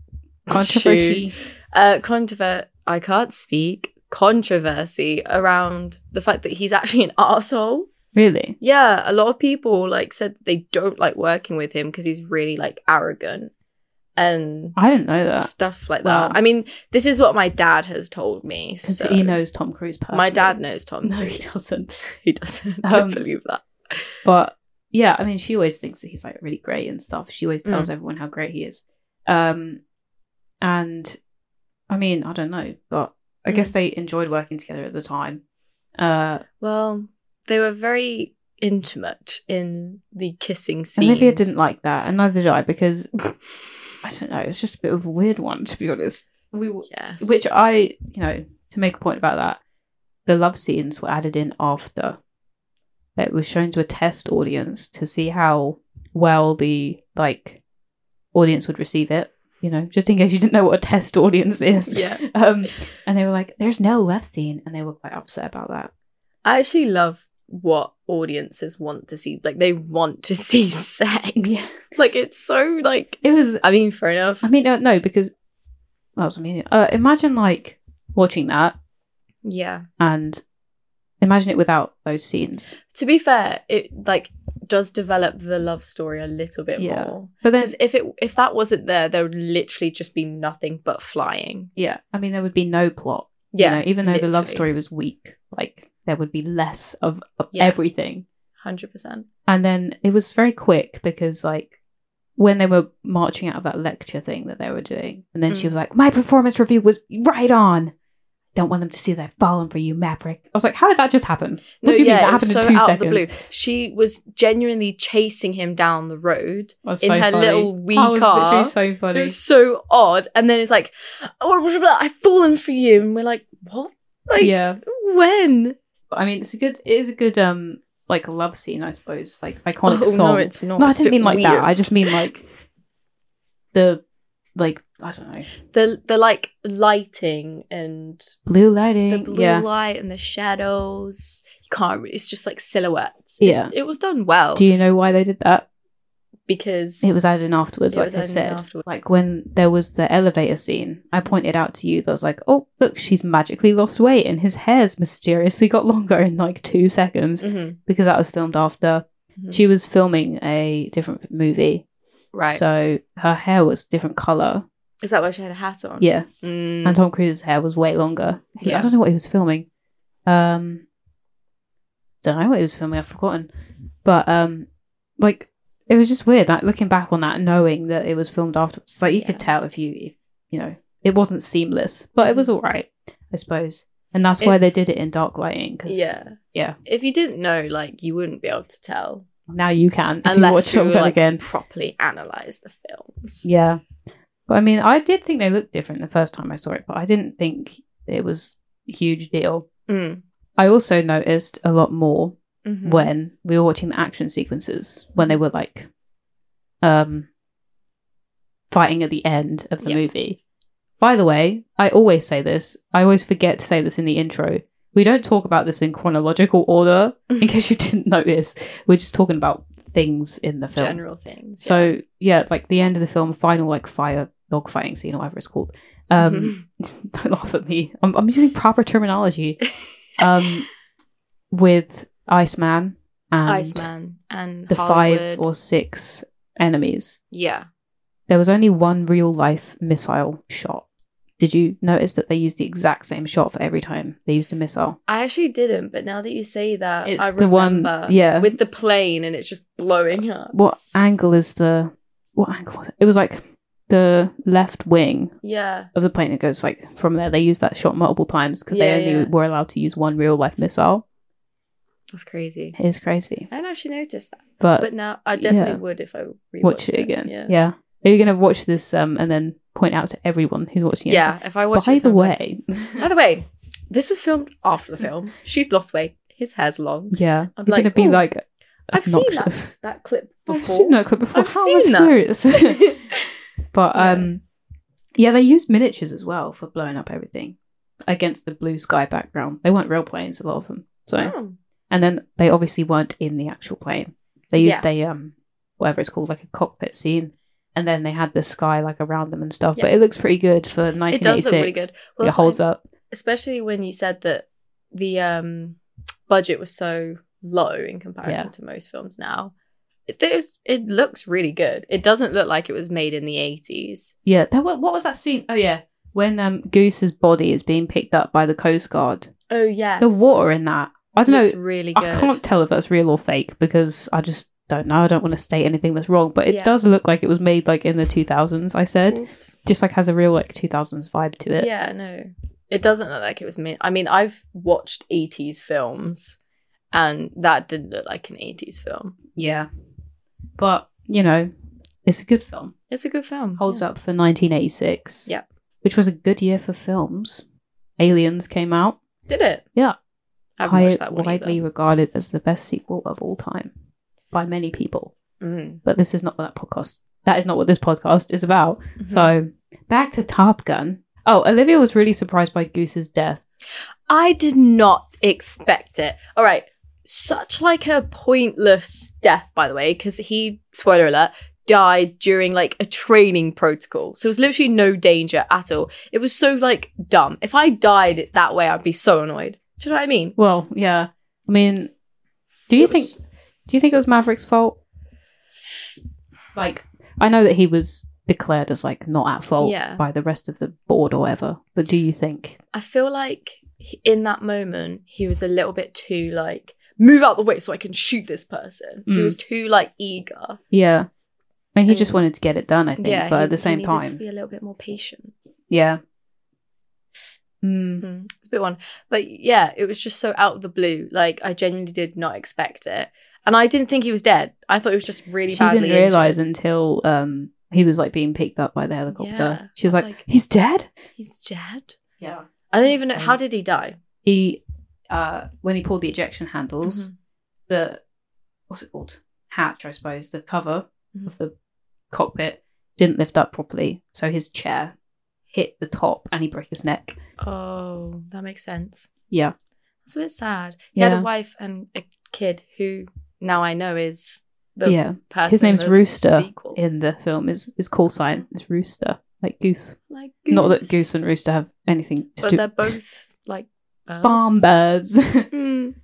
[SPEAKER 1] Controversy.
[SPEAKER 2] Uh, controver- I can't speak. Controversy around the fact that he's actually an arsehole.
[SPEAKER 1] Really?
[SPEAKER 2] Yeah, a lot of people like said that they don't like working with him because he's really like arrogant and
[SPEAKER 1] I didn't know that
[SPEAKER 2] stuff like
[SPEAKER 1] Wow.
[SPEAKER 2] that. I mean, this is what my dad has told me.
[SPEAKER 1] because
[SPEAKER 2] So
[SPEAKER 1] he knows Tom Cruise personally.
[SPEAKER 2] my dad knows Tom.
[SPEAKER 1] No, he
[SPEAKER 2] Cruise.
[SPEAKER 1] doesn't.
[SPEAKER 2] He doesn't. I don't
[SPEAKER 1] Um,
[SPEAKER 2] believe that.
[SPEAKER 1] But yeah, I mean, she always thinks that he's like really great and stuff. She always tells everyone how great he is. Um, and I mean, I don't know, but I guess they enjoyed working together at the time. Uh,
[SPEAKER 2] Well, they were very intimate in the kissing scene.
[SPEAKER 1] Olivia didn't like that, and neither did I, because I don't know, it's just a bit of a weird one to be honest. We, w-
[SPEAKER 2] yes.
[SPEAKER 1] which I, you know, to make a point about that, the love scenes were added in after. It was shown to a test audience to see how well the like audience would receive it. You know, just in case you didn't know what a test audience is.
[SPEAKER 2] Yeah.
[SPEAKER 1] Um, and they were like, "There's no love scene," and they were quite upset about that.
[SPEAKER 2] I actually love what audiences want to see. Like they want to see sex. Like it's so like
[SPEAKER 1] It was.
[SPEAKER 2] I mean, fair enough.
[SPEAKER 1] I mean, no, no because that was amazing. Uh, imagine like watching that
[SPEAKER 2] Yeah.
[SPEAKER 1] and imagine it without those scenes.
[SPEAKER 2] To be fair, it like does develop the love story a little bit
[SPEAKER 1] Yeah.
[SPEAKER 2] more.
[SPEAKER 1] But then
[SPEAKER 2] Because if it if that wasn't there, there would literally just be nothing but flying.
[SPEAKER 1] Yeah, I mean, there would be no plot.
[SPEAKER 2] Yeah,
[SPEAKER 1] you know, even though the love
[SPEAKER 2] literally.
[SPEAKER 1] story was weak, like there would be less of, of
[SPEAKER 2] Yeah.
[SPEAKER 1] everything.
[SPEAKER 2] Hundred percent.
[SPEAKER 1] And then it was very quick because, like, when they were marching out of that lecture thing that they were doing, and then she
[SPEAKER 2] Mm.
[SPEAKER 1] was like, "My performance review was right on." Don't want them to see that I've fallen for you, Maverick. I was like, "How did that just happen?" What do you mean? That happened in two seconds.
[SPEAKER 2] She was genuinely chasing him down the road.
[SPEAKER 1] That's
[SPEAKER 2] In her little wee
[SPEAKER 1] That was literally
[SPEAKER 2] car,
[SPEAKER 1] so funny.
[SPEAKER 2] It was so odd. And then it's like, oh, blah, blah, blah, I've fallen for you. And we're like, what? Like,
[SPEAKER 1] yeah,
[SPEAKER 2] when?
[SPEAKER 1] I mean, it's a good. It is a good, um, like love scene, I suppose. Like iconic
[SPEAKER 2] oh,
[SPEAKER 1] song.
[SPEAKER 2] no, it's not.
[SPEAKER 1] No, I
[SPEAKER 2] It's a
[SPEAKER 1] didn't
[SPEAKER 2] bit
[SPEAKER 1] mean like that.
[SPEAKER 2] weird.
[SPEAKER 1] I just mean like the like I don't know
[SPEAKER 2] the, the like lighting and
[SPEAKER 1] blue lighting.
[SPEAKER 2] the blue
[SPEAKER 1] yeah.
[SPEAKER 2] light and the shadows. You can't, re- it's just like silhouettes. It's-
[SPEAKER 1] Yeah.
[SPEAKER 2] it was done well
[SPEAKER 1] Do you know why they did that?
[SPEAKER 2] because
[SPEAKER 1] It was added in afterwards,
[SPEAKER 2] it
[SPEAKER 1] like
[SPEAKER 2] was
[SPEAKER 1] I
[SPEAKER 2] only
[SPEAKER 1] said.
[SPEAKER 2] afterwards.
[SPEAKER 1] Like when there was the elevator scene, I pointed out to you that I was like, "Oh, look, she's magically lost weight, and his hair's mysteriously got longer in like two seconds
[SPEAKER 2] Mhm,
[SPEAKER 1] because that was filmed after
[SPEAKER 2] mhm.
[SPEAKER 1] she was filming a different movie,
[SPEAKER 2] right.
[SPEAKER 1] so her hair was different color.
[SPEAKER 2] Is that why she had a hat on?
[SPEAKER 1] Yeah,
[SPEAKER 2] Mm.
[SPEAKER 1] and Tom Cruise's hair was way longer. He- I
[SPEAKER 2] Yeah.
[SPEAKER 1] don't know what he was filming. Um, don't know what he was filming. I've forgotten. But um, like it was just weird. Like looking back on that, knowing that it was filmed afterwards, It's like you could
[SPEAKER 2] Yeah.
[SPEAKER 1] tell if you, if, you know, it wasn't seamless, but it was all right, I suppose. And that's why
[SPEAKER 2] Mm. If-
[SPEAKER 1] they did it in dark lighting because
[SPEAKER 2] yeah.
[SPEAKER 1] yeah.
[SPEAKER 2] If you didn't know, like, you wouldn't be able to tell
[SPEAKER 1] now you can if you watch
[SPEAKER 2] unless you,
[SPEAKER 1] Top Gun
[SPEAKER 2] like,
[SPEAKER 1] again.
[SPEAKER 2] properly analyze the films.
[SPEAKER 1] Yeah, but I mean, I did think they looked different the first time I saw it, but I didn't think it was a huge deal.
[SPEAKER 2] Mm.
[SPEAKER 1] I also noticed a lot more
[SPEAKER 2] Mhm.
[SPEAKER 1] when we were watching the action sequences when they were like um fighting at the end of the
[SPEAKER 2] Yeah.
[SPEAKER 1] movie. By the way, I always say this. I always forget to say this in the intro. We don't talk about this in chronological order in case you didn't notice. We're just talking about things in the film.
[SPEAKER 2] general things. yeah.
[SPEAKER 1] So, yeah, like the end of the film, final like fire dog fighting scene or whatever it's called.
[SPEAKER 2] Mm-hmm.
[SPEAKER 1] Um don't laugh at me. I'm, I'm using proper terminology. Um, with Iceman and
[SPEAKER 2] Iceman and
[SPEAKER 1] the
[SPEAKER 2] Hollywood.
[SPEAKER 1] five or six enemies,
[SPEAKER 2] yeah.
[SPEAKER 1] there was only one real life missile shot. Did you notice that they used the exact same shot for every time they used a missile?
[SPEAKER 2] I actually didn't, but now that you say that,
[SPEAKER 1] It's
[SPEAKER 2] Uh, I
[SPEAKER 1] the one-
[SPEAKER 2] remember
[SPEAKER 1] yeah.
[SPEAKER 2] with the plane and it's just blowing up.
[SPEAKER 1] What angle is the what angle? Was it? it was like the left wing
[SPEAKER 2] Yeah,
[SPEAKER 1] of the plane. It goes like from there. They used that shot multiple times because
[SPEAKER 2] Yeah,
[SPEAKER 1] they only
[SPEAKER 2] yeah.
[SPEAKER 1] were allowed to use one real life missile.
[SPEAKER 2] That's crazy.
[SPEAKER 1] It is crazy.
[SPEAKER 2] I didn't actually notice that.
[SPEAKER 1] But,
[SPEAKER 2] But now I definitely
[SPEAKER 1] yeah.
[SPEAKER 2] would if I rewatched
[SPEAKER 1] watch it again.
[SPEAKER 2] Yeah.
[SPEAKER 1] Yeah. Are you going to watch this um, and then point out to everyone who's watching it?
[SPEAKER 2] Yeah, if I watch
[SPEAKER 1] By
[SPEAKER 2] it.
[SPEAKER 1] the
[SPEAKER 2] some-
[SPEAKER 1] way,
[SPEAKER 2] By the way, this was filmed after the film. She's lost weight. His hair's long.
[SPEAKER 1] yeah, I'm
[SPEAKER 2] I'm
[SPEAKER 1] going to
[SPEAKER 2] like,
[SPEAKER 1] be
[SPEAKER 2] "Ooh,
[SPEAKER 1] like,
[SPEAKER 2] I've seen that
[SPEAKER 1] obnoxious.
[SPEAKER 2] That clip
[SPEAKER 1] I've seen
[SPEAKER 2] before.
[SPEAKER 1] that clip before.
[SPEAKER 2] I've
[SPEAKER 1] How
[SPEAKER 2] seen that.
[SPEAKER 1] mysterious. but
[SPEAKER 2] Yeah.
[SPEAKER 1] um, yeah, they used miniatures as well for blowing up everything against the blue sky background. They weren't real planes, a lot of them. So,
[SPEAKER 2] Oh.
[SPEAKER 1] and then they obviously weren't in the actual plane. They used a um, whatever it's called, like a cockpit scene, and then they had the sky like around them and stuff.
[SPEAKER 2] Yeah.
[SPEAKER 1] But it looks pretty good for 1986.
[SPEAKER 2] It does look really good. Well,
[SPEAKER 1] it
[SPEAKER 2] that's what
[SPEAKER 1] holds
[SPEAKER 2] I-
[SPEAKER 1] up.
[SPEAKER 2] Especially when you said that the um, budget was so low in comparison
[SPEAKER 1] Yeah.
[SPEAKER 2] to most films now. It, this, it looks really good. It doesn't look like it was made in the 80s.
[SPEAKER 1] Yeah. That, what, what was that scene? Oh yeah, when um, Goose's body is being picked up by the Coast Guard.
[SPEAKER 2] Oh, yeah.
[SPEAKER 1] The water in that. I don't know.
[SPEAKER 2] looks really good.
[SPEAKER 1] I can't tell if that's real or fake because I just don't know. I don't want to state anything that's wrong, but it
[SPEAKER 2] Yeah. Mm.
[SPEAKER 1] does look like it was made like in the 2000s, I said.
[SPEAKER 2] Oops.
[SPEAKER 1] Just like has a real like 2000s vibe to it.
[SPEAKER 2] Yeah, no. It doesn't look like it was meant. I mean, I've watched 80s films and that didn't look like an 80s film.
[SPEAKER 1] Yeah. But, you know, it's a good film.
[SPEAKER 2] It's a good film.
[SPEAKER 1] Holds up for 1986.
[SPEAKER 2] Yep.
[SPEAKER 1] Which was a good year for films. Aliens came out.
[SPEAKER 2] Did it?
[SPEAKER 1] Yeah.
[SPEAKER 2] I haven't
[SPEAKER 1] High-
[SPEAKER 2] watched that one.
[SPEAKER 1] widely
[SPEAKER 2] either.
[SPEAKER 1] regarded as the best sequel of all time by many people.
[SPEAKER 2] Mm.
[SPEAKER 1] But this is not what that podcast that is not what this podcast is about.
[SPEAKER 2] Mhm.
[SPEAKER 1] So back to Top Gun. Oh, Olivia was really surprised by Goose's death.
[SPEAKER 2] I did not expect it. All right. Such like a pointless death, by the way, because he, spoiler alert, died during like a training protocol. So it was literally no danger at all. It was so like dumb. If I died that way, I'd be so annoyed. Do you know what I mean?
[SPEAKER 1] Well, yeah. I mean, do you
[SPEAKER 2] It
[SPEAKER 1] think
[SPEAKER 2] was-
[SPEAKER 1] do you think it was Maverick's fault? Like, I know that he was declared as like not at fault
[SPEAKER 2] Yeah.
[SPEAKER 1] by the rest of the board or whatever, but do you think?
[SPEAKER 2] I feel like he- in that moment he was a little bit too like move out the way so I can shoot this person. He
[SPEAKER 1] Mm.
[SPEAKER 2] was too like eager.
[SPEAKER 1] Yeah. I mean, he
[SPEAKER 2] I
[SPEAKER 1] just
[SPEAKER 2] mean-
[SPEAKER 1] wanted to get it done, I think.
[SPEAKER 2] Yeah,
[SPEAKER 1] but
[SPEAKER 2] he-
[SPEAKER 1] at the
[SPEAKER 2] he
[SPEAKER 1] same
[SPEAKER 2] needed to
[SPEAKER 1] time,
[SPEAKER 2] be a little bit more patient.
[SPEAKER 1] yeah. Mm,
[SPEAKER 2] Mm, it's a bit one, but yeah, it was just so out of the blue. Like I genuinely did not expect it, and I didn't think he was dead. I thought he was just really
[SPEAKER 1] she
[SPEAKER 2] badly
[SPEAKER 1] didn't realize
[SPEAKER 2] injured.
[SPEAKER 1] until um, he was like being picked up by the helicopter.
[SPEAKER 2] Yeah.
[SPEAKER 1] She was
[SPEAKER 2] I was
[SPEAKER 1] like,
[SPEAKER 2] like-
[SPEAKER 1] "He's dead."
[SPEAKER 2] He's dead.
[SPEAKER 1] Yeah.
[SPEAKER 2] I don't even know
[SPEAKER 1] Um,
[SPEAKER 2] how did he die.
[SPEAKER 1] he uh when he pulled the ejection handles
[SPEAKER 2] Mm-hmm.
[SPEAKER 1] the what's it called hatch i suppose the cover
[SPEAKER 2] Mhm.
[SPEAKER 1] of the cockpit didn't lift up properly so his chair hit the top and he broke his neck
[SPEAKER 2] Oh, that makes sense.
[SPEAKER 1] yeah
[SPEAKER 2] That's a bit sad. He had
[SPEAKER 1] Yeah.
[SPEAKER 2] a wife and a kid who now I know is the
[SPEAKER 1] yeah
[SPEAKER 2] person.
[SPEAKER 1] his name's
[SPEAKER 2] of
[SPEAKER 1] rooster
[SPEAKER 2] sequel.
[SPEAKER 1] in the film is his call sign is rooster like goose.
[SPEAKER 2] like
[SPEAKER 1] not that goose and rooster have anything to
[SPEAKER 2] but
[SPEAKER 1] do
[SPEAKER 2] they're both like birds.
[SPEAKER 1] farm birds
[SPEAKER 2] Mm.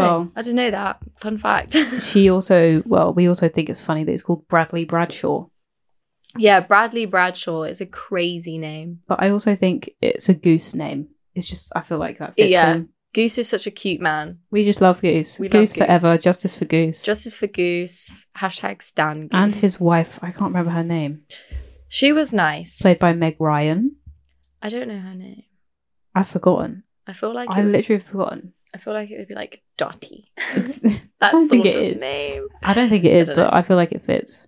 [SPEAKER 1] Well-
[SPEAKER 2] I didn't know that. Fun fact.
[SPEAKER 1] she also well we also think it's funny that it's called bradley bradshaw
[SPEAKER 2] yeah, Bradley Bradshaw is a crazy name.
[SPEAKER 1] but i also think it's a goose name it's just i feel like that fits
[SPEAKER 2] Yeah.
[SPEAKER 1] him
[SPEAKER 2] Goose is such a cute man.
[SPEAKER 1] We just love Goose.
[SPEAKER 2] We love
[SPEAKER 1] Goose forever.
[SPEAKER 2] Goose.
[SPEAKER 1] Justice for Goose.
[SPEAKER 2] Justice for Goose. Hashtag Stan. Goose.
[SPEAKER 1] and his wife. I can't remember her name.
[SPEAKER 2] she was nice.
[SPEAKER 1] Played by Meg Ryan.
[SPEAKER 2] I don't know her name.
[SPEAKER 1] I've forgotten.
[SPEAKER 2] I feel like
[SPEAKER 1] I
[SPEAKER 2] it,
[SPEAKER 1] literally have forgotten.
[SPEAKER 2] I feel like it would be like Dottie.
[SPEAKER 1] It's-
[SPEAKER 2] That's
[SPEAKER 1] don't think
[SPEAKER 2] sort
[SPEAKER 1] it
[SPEAKER 2] of
[SPEAKER 1] is.
[SPEAKER 2] name.
[SPEAKER 1] I don't think it is,
[SPEAKER 2] I don't
[SPEAKER 1] but I feel like it fits.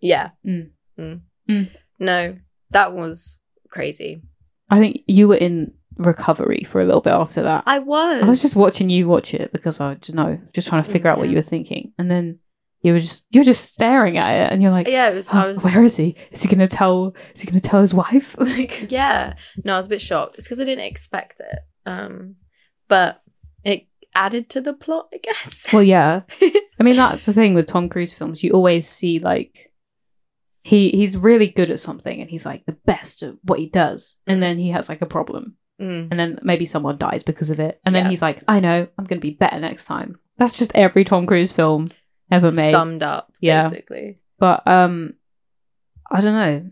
[SPEAKER 2] Yeah.
[SPEAKER 1] Mm.
[SPEAKER 2] Mm.
[SPEAKER 1] Mm.
[SPEAKER 2] No, that was crazy.
[SPEAKER 1] I think you were in recovery for a little bit after that.
[SPEAKER 2] I was.
[SPEAKER 1] I was just watching you watch it because I don't know, just trying to figure out what you
[SPEAKER 2] Yeah.
[SPEAKER 1] were thinking, and then you were just you were just staring at it, and you're like,
[SPEAKER 2] yeah, it was. I
[SPEAKER 1] "Oh,
[SPEAKER 2] was.
[SPEAKER 1] "Where is he? Is he gonna tell? Is he gonna tell his wife?" like,
[SPEAKER 2] Yeah. No, I was a bit shocked. It's because I didn't expect it. Um, but it added to the plot, I guess.
[SPEAKER 1] well, yeah, I mean, that's the thing with Tom Cruise films. You always see like he he's really good at something, and he's like the best at what he does, and then he has like a problem,
[SPEAKER 2] Mm.
[SPEAKER 1] and then maybe someone dies because of it, and then
[SPEAKER 2] Yeah.
[SPEAKER 1] he's like, I know, I'm gonna be better next time. That's just every Tom Cruise film ever made.
[SPEAKER 2] Summed up,
[SPEAKER 1] Yeah.
[SPEAKER 2] basically.
[SPEAKER 1] But um, I don't know.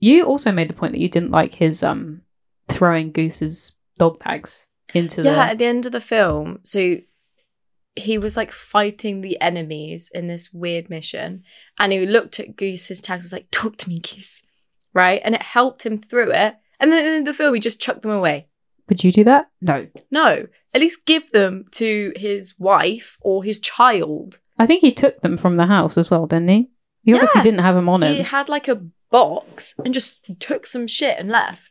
[SPEAKER 1] You also made the point that you didn't like his um throwing Goose's dog tags into
[SPEAKER 2] yeah,
[SPEAKER 1] the
[SPEAKER 2] at the end of the film, so he was like fighting the enemies in this weird mission, and he looked at Goose's tags, was like, "Talk to me, Goose," right? And it helped him through it. And then in the film, he just chucked them away.
[SPEAKER 1] Would you do that? No.
[SPEAKER 2] No, at least give them to his wife or his child.
[SPEAKER 1] I think he took them from the house as well, didn't he? He obviously
[SPEAKER 2] Yeah.
[SPEAKER 1] didn't have them on him.
[SPEAKER 2] He had like a box and just took some shit and left.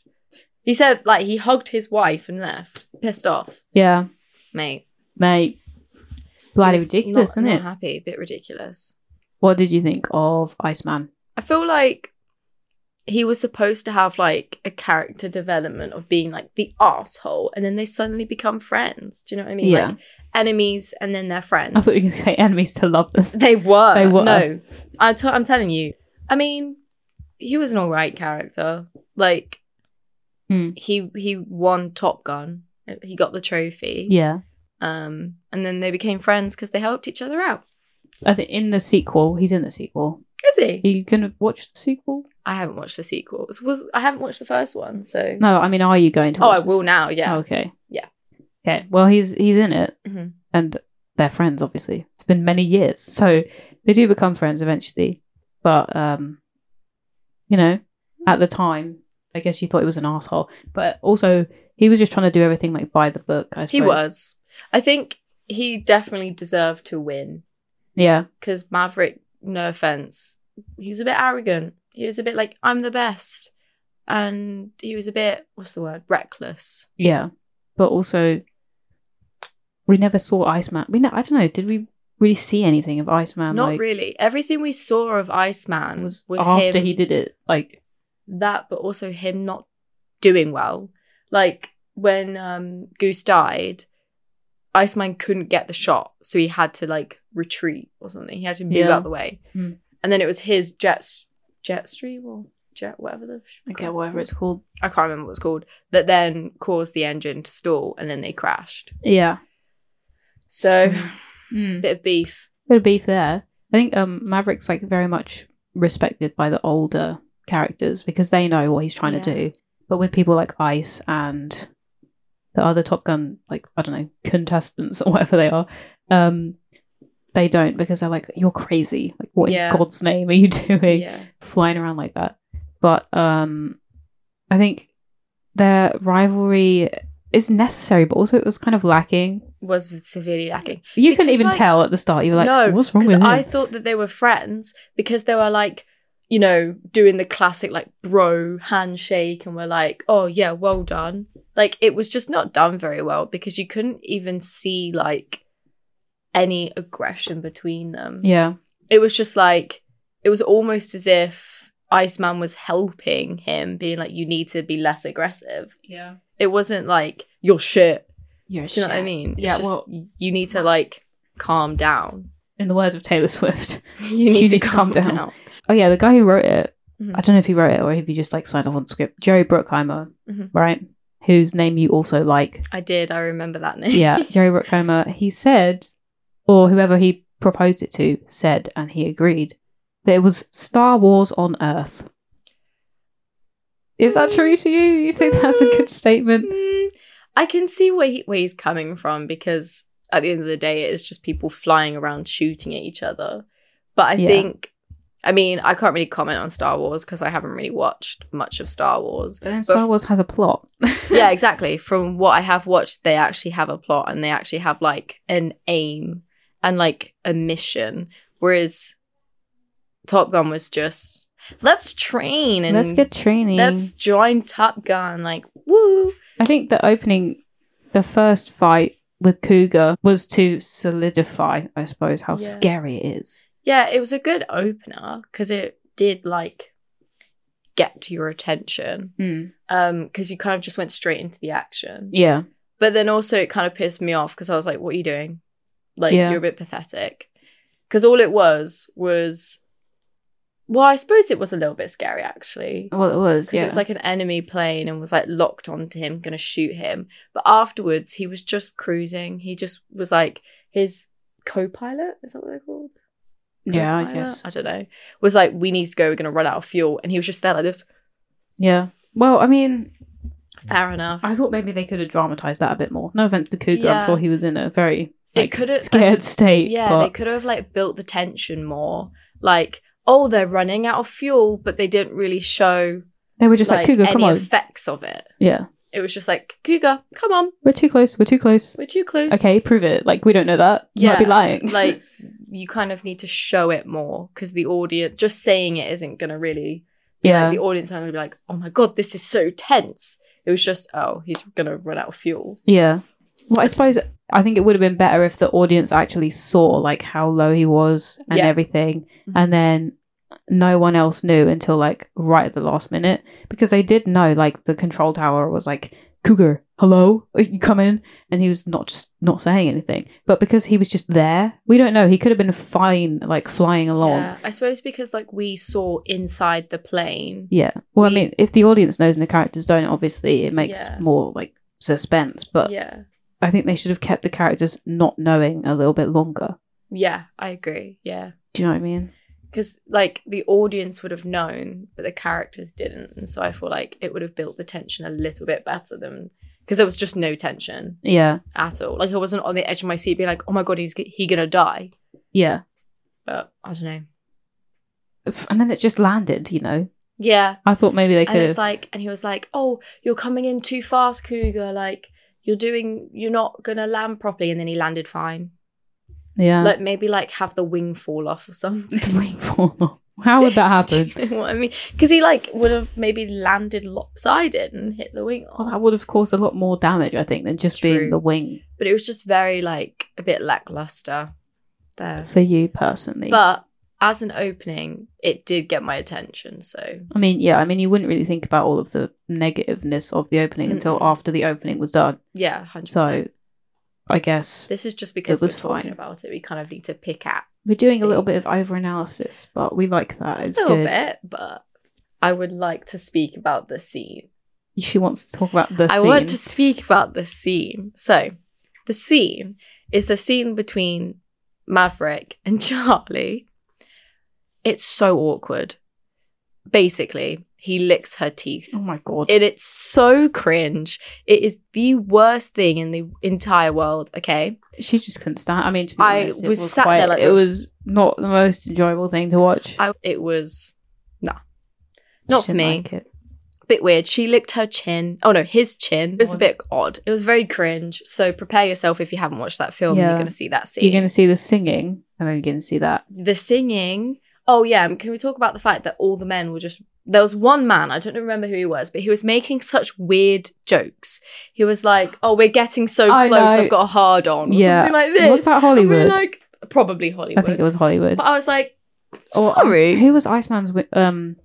[SPEAKER 2] He said like he hugged his wife and left, pissed off,
[SPEAKER 1] yeah,
[SPEAKER 2] mate.
[SPEAKER 1] mate. Bloody
[SPEAKER 2] He was
[SPEAKER 1] ridiculous,
[SPEAKER 2] not,
[SPEAKER 1] isn't
[SPEAKER 2] not
[SPEAKER 1] it?
[SPEAKER 2] Happy, a bit ridiculous.
[SPEAKER 1] What did you think of Iceman?
[SPEAKER 2] I feel like he was supposed to have like a character development of being like the asshole, and then they suddenly become friends. Do you know what I mean?
[SPEAKER 1] Yeah.
[SPEAKER 2] Like enemies, and then they're
[SPEAKER 1] I
[SPEAKER 2] friends.
[SPEAKER 1] thought you were going to say enemies to lovers.
[SPEAKER 2] They were.
[SPEAKER 1] They were.
[SPEAKER 2] No, I t- I'm telling you. I mean, he was an all right character. Like
[SPEAKER 1] Hmm.
[SPEAKER 2] he he won Top Gun. He got the trophy.
[SPEAKER 1] Yeah.
[SPEAKER 2] Um, and then they became friends because they helped each other out.
[SPEAKER 1] I think in the sequel, he's in the sequel.
[SPEAKER 2] Is he?
[SPEAKER 1] Are you going to watch the sequel?
[SPEAKER 2] I haven't watched the sequels. Was I haven't watched the first one, so
[SPEAKER 1] No, I mean, are you going to
[SPEAKER 2] oh,
[SPEAKER 1] watch
[SPEAKER 2] I
[SPEAKER 1] the
[SPEAKER 2] will now.
[SPEAKER 1] Oh,
[SPEAKER 2] Yeah.
[SPEAKER 1] okay.
[SPEAKER 2] Yeah.
[SPEAKER 1] Okay. Well, he's he's in it,
[SPEAKER 2] Mhm.
[SPEAKER 1] and they're friends. Obviously, it's been many years, so they do become friends eventually. But um, you know, at the time, I guess you thought he was an asshole, but also he was just trying to do everything like by the book. I suppose.
[SPEAKER 2] He was. I think he definitely deserved to win
[SPEAKER 1] Yeah.
[SPEAKER 2] because Maverick, no offense, he was a bit arrogant. He was a bit like, I'm the best. And he was a bit, what's the word? Reckless.
[SPEAKER 1] Yeah. But also, we never saw Iceman. We ne- I don't know. Did we really see anything of Iceman?
[SPEAKER 2] Not
[SPEAKER 1] like,
[SPEAKER 2] really. Everything we saw of Iceman
[SPEAKER 1] Was,
[SPEAKER 2] was,
[SPEAKER 1] after
[SPEAKER 2] him,
[SPEAKER 1] he did it, like
[SPEAKER 2] that, but also him not doing well. Like when um, Goose died, Iceman couldn't get the shot. So he had to like retreat or something. He had to move
[SPEAKER 1] Yeah.
[SPEAKER 2] out the way.
[SPEAKER 1] Hmm.
[SPEAKER 2] And then it was his jet, jet stream or jet, whatever the.
[SPEAKER 1] I get whatever it's called.
[SPEAKER 2] I can't remember what it's called, that then caused the engine to stall and then they crashed.
[SPEAKER 1] Yeah.
[SPEAKER 2] So,
[SPEAKER 1] Mm.
[SPEAKER 2] bit of beef.
[SPEAKER 1] bit of beef there. I think um, Maverick's like very much respected by the older characters because they know what he's trying to
[SPEAKER 2] Yeah.
[SPEAKER 1] do. But with people like Ice and the other Top Gun, like I don't know, contestants or whatever they are, um, they don't because they're like, "You're crazy! Like, what
[SPEAKER 2] Yeah.
[SPEAKER 1] in God's name are you doing
[SPEAKER 2] Yeah.
[SPEAKER 1] flying around like that?" But um, I think their rivalry is necessary, but also it was kind of lacking.
[SPEAKER 2] Was severely lacking.
[SPEAKER 1] You couldn't
[SPEAKER 2] Because,
[SPEAKER 1] even
[SPEAKER 2] like-
[SPEAKER 1] tell at the start. You were like,
[SPEAKER 2] no,
[SPEAKER 1] "What's wrong
[SPEAKER 2] Because
[SPEAKER 1] with him?"
[SPEAKER 2] I thought that they were friends because they were like, you know, doing the classic like bro handshake and were like, oh yeah, well done. Like it was just not done very well because you couldn't even see like any aggression between them.
[SPEAKER 1] yeah,
[SPEAKER 2] it was just like it was almost as if Iceman was helping him, being like, "You need to be less aggressive."
[SPEAKER 1] yeah.
[SPEAKER 2] It wasn't like you're shit.
[SPEAKER 1] You're
[SPEAKER 2] Do you know what I mean?
[SPEAKER 1] Yeah,
[SPEAKER 2] It's just,
[SPEAKER 1] well-
[SPEAKER 2] you need to like calm down.
[SPEAKER 1] In the words of Taylor Swift.
[SPEAKER 2] You need, to, calm, down.
[SPEAKER 1] Oh yeah, the guy who wrote it.
[SPEAKER 2] Mhm.
[SPEAKER 1] I don't know if he wrote it or if he just like signed off on the script. Jerry Bruckheimer,
[SPEAKER 2] Mhm.
[SPEAKER 1] right? Whose name you also like.
[SPEAKER 2] I did. I remember that name.
[SPEAKER 1] Yeah, Jerry Bruckheimer. He said, or whoever he proposed it to said, and he agreed that it was Star Wars on Earth. Is that true to you? You think that's a good statement?
[SPEAKER 2] Mm, I can see where he, where he's coming from because at the end of the day, it is just people flying around shooting at each other. But I
[SPEAKER 1] Yeah.
[SPEAKER 2] think, I mean, I can't really comment on Star Wars because I haven't really watched much of Star Wars.
[SPEAKER 1] But then Star Wars has a plot.
[SPEAKER 2] yeah, exactly. From what I have watched, they actually have a plot and they actually have like an aim and like a mission. Whereas Top Gun was just let's train and
[SPEAKER 1] Let's get training.
[SPEAKER 2] let's join Top Gun. Like woo.
[SPEAKER 1] I think the opening, the first fight with Cougar was to solidify, I suppose, how
[SPEAKER 2] Yeah.
[SPEAKER 1] scary it is.
[SPEAKER 2] Yeah, it was a good opener because it did like get to your attention um because you kind of just went straight into the action.
[SPEAKER 1] Yeah.
[SPEAKER 2] But then also it kind of pissed me off because I was like, "What are you doing? Like
[SPEAKER 1] Yeah.
[SPEAKER 2] you're a bit pathetic." Because all it was was, well, I suppose it was a little bit scary actually
[SPEAKER 1] Well, it was.
[SPEAKER 2] because
[SPEAKER 1] Yeah.
[SPEAKER 2] it was like an enemy plane and was like locked onto him, gonna shoot him. But afterwards, he was just cruising. He just was like his co-pilot. Is that what they're called?
[SPEAKER 1] yeah, I
[SPEAKER 2] co-pilot?
[SPEAKER 1] guess.
[SPEAKER 2] I don't know. Was like, we need to go. We're gonna run out of fuel, and he was just there like this.
[SPEAKER 1] Yeah. Well, I mean,
[SPEAKER 2] Fair enough.
[SPEAKER 1] I thought maybe they could have dramatized that a bit more. No offense to Cougar, I'm
[SPEAKER 2] Yeah.
[SPEAKER 1] sure he was in a very
[SPEAKER 2] It
[SPEAKER 1] like,
[SPEAKER 2] could've-
[SPEAKER 1] scared state.
[SPEAKER 2] Yeah,
[SPEAKER 1] but
[SPEAKER 2] they could have like built the tension more. Like, oh, they're running out of fuel, but they didn't really show
[SPEAKER 1] they were just like,
[SPEAKER 2] like,
[SPEAKER 1] Cougar,
[SPEAKER 2] any
[SPEAKER 1] come on.
[SPEAKER 2] effects of it.
[SPEAKER 1] yeah.
[SPEAKER 2] It was just like, Cougar, come on,
[SPEAKER 1] We're too close. We're too close.
[SPEAKER 2] we're too close.
[SPEAKER 1] Okay, prove it. Like we don't know that. You might be
[SPEAKER 2] Yeah,
[SPEAKER 1] lying.
[SPEAKER 2] like you kind of need to show it more because the audience just saying it isn't gonna really
[SPEAKER 1] yeah,
[SPEAKER 2] like the audience are gonna be like, oh my god, this is so tense. It was just, oh, he's gonna run out of fuel.
[SPEAKER 1] yeah. Well, I suppose I think it would have been better if the audience actually saw like how low he was and
[SPEAKER 2] Yeah.
[SPEAKER 1] everything,
[SPEAKER 2] Mhm.
[SPEAKER 1] and then no one else knew until like right at the last minute because they did know like the control tower was like cougar hello Are you come in and he was not just not saying anything but because he was just there we don't know he could have been fine like flying along
[SPEAKER 2] Yeah. I suppose because like we saw inside the plane.
[SPEAKER 1] Yeah. Well,
[SPEAKER 2] We-
[SPEAKER 1] I mean, if the audience knows and the characters don't, obviously it makes
[SPEAKER 2] Yeah.
[SPEAKER 1] more like suspense. But
[SPEAKER 2] yeah.
[SPEAKER 1] I think they should have kept the characters not knowing a little bit longer.
[SPEAKER 2] Yeah, I agree. Yeah.
[SPEAKER 1] Do you know what I mean?
[SPEAKER 2] Because like the audience would have known, but the characters didn't. And so I feel like it would have built the tension a little bit better than because there was just no tension
[SPEAKER 1] Yeah.
[SPEAKER 2] at all. Like I wasn't on the edge of my seat being like, oh my god, he's g- he gonna die.
[SPEAKER 1] Yeah.
[SPEAKER 2] But I don't know.
[SPEAKER 1] F- And then it just landed. You know,
[SPEAKER 2] Yeah.
[SPEAKER 1] I thought maybe they
[SPEAKER 2] And
[SPEAKER 1] could
[SPEAKER 2] it's
[SPEAKER 1] have.
[SPEAKER 2] like, and he was like, oh, you're coming in too fast, Cougar. Like you're doing, you're not gonna land properly. And then he landed fine.
[SPEAKER 1] yeah.
[SPEAKER 2] Like maybe like have the wing fall off or something.
[SPEAKER 1] The wing fall off. How would that happen?
[SPEAKER 2] you know what I mean? Because he like would have maybe landed lopsided and hit the wing
[SPEAKER 1] Well,
[SPEAKER 2] off.
[SPEAKER 1] Oh, that would have caused a lot more damage, I think, than just being
[SPEAKER 2] True.
[SPEAKER 1] the wing
[SPEAKER 2] But it was just very like a bit lackluster there.
[SPEAKER 1] for you personally.
[SPEAKER 2] But as an opening, it did get my attention. So
[SPEAKER 1] I mean, yeah, I mean, you wouldn't really think about all of the negativeness of the opening until
[SPEAKER 2] Mm-mm.
[SPEAKER 1] after the opening was done.
[SPEAKER 2] yeah, hundred
[SPEAKER 1] So,
[SPEAKER 2] percent.
[SPEAKER 1] I guess
[SPEAKER 2] This is just because
[SPEAKER 1] it was
[SPEAKER 2] we're talking
[SPEAKER 1] fine.
[SPEAKER 2] about it. We kind of need to pick at
[SPEAKER 1] We're doing a little bit of
[SPEAKER 2] things.
[SPEAKER 1] over analysis, but we like that. It's
[SPEAKER 2] a little
[SPEAKER 1] good.
[SPEAKER 2] bit, but I would like to speak about the scene.
[SPEAKER 1] She wants to talk about the
[SPEAKER 2] I
[SPEAKER 1] scene.
[SPEAKER 2] want to speak about the scene. So, the scene is the scene between Maverick and Charlie. It's so awkward. Basically, he licks her teeth.
[SPEAKER 1] Oh my god!
[SPEAKER 2] And it's so cringe. It is the worst thing in the entire world, okay?
[SPEAKER 1] she just couldn't stand. I mean, to be
[SPEAKER 2] I
[SPEAKER 1] honest, it
[SPEAKER 2] was
[SPEAKER 1] was
[SPEAKER 2] sat
[SPEAKER 1] quite-
[SPEAKER 2] there like
[SPEAKER 1] it
[SPEAKER 2] this.
[SPEAKER 1] was not the most enjoyable thing to watch.
[SPEAKER 2] I, it was
[SPEAKER 1] She
[SPEAKER 2] not for
[SPEAKER 1] didn't
[SPEAKER 2] me.
[SPEAKER 1] like it.
[SPEAKER 2] a bit weird. She licked her chin. Oh no, his chin. It was a
[SPEAKER 1] Odd.
[SPEAKER 2] bit odd. It was very cringe. So prepare yourself if you haven't watched that film,
[SPEAKER 1] Yeah.
[SPEAKER 2] you're going to see that scene.
[SPEAKER 1] You're going to see the singing, and then you're going to see that.
[SPEAKER 2] the singing. Oh yeah, and can we talk about the fact that all the men were just there was one man, I don't remember who he was, but he was making such weird jokes. He was like, "Oh, we're getting so
[SPEAKER 1] I
[SPEAKER 2] close.
[SPEAKER 1] know.
[SPEAKER 2] I've got a hard on." Or
[SPEAKER 1] Yeah.
[SPEAKER 2] Something like
[SPEAKER 1] What's
[SPEAKER 2] this.
[SPEAKER 1] that
[SPEAKER 2] And we were
[SPEAKER 1] Hollywood?
[SPEAKER 2] like probably Hollywood.
[SPEAKER 1] I think it was Hollywood.
[SPEAKER 2] But I was like,
[SPEAKER 1] Or Ice-
[SPEAKER 2] "Sorry."
[SPEAKER 1] who was Iceman's wi- um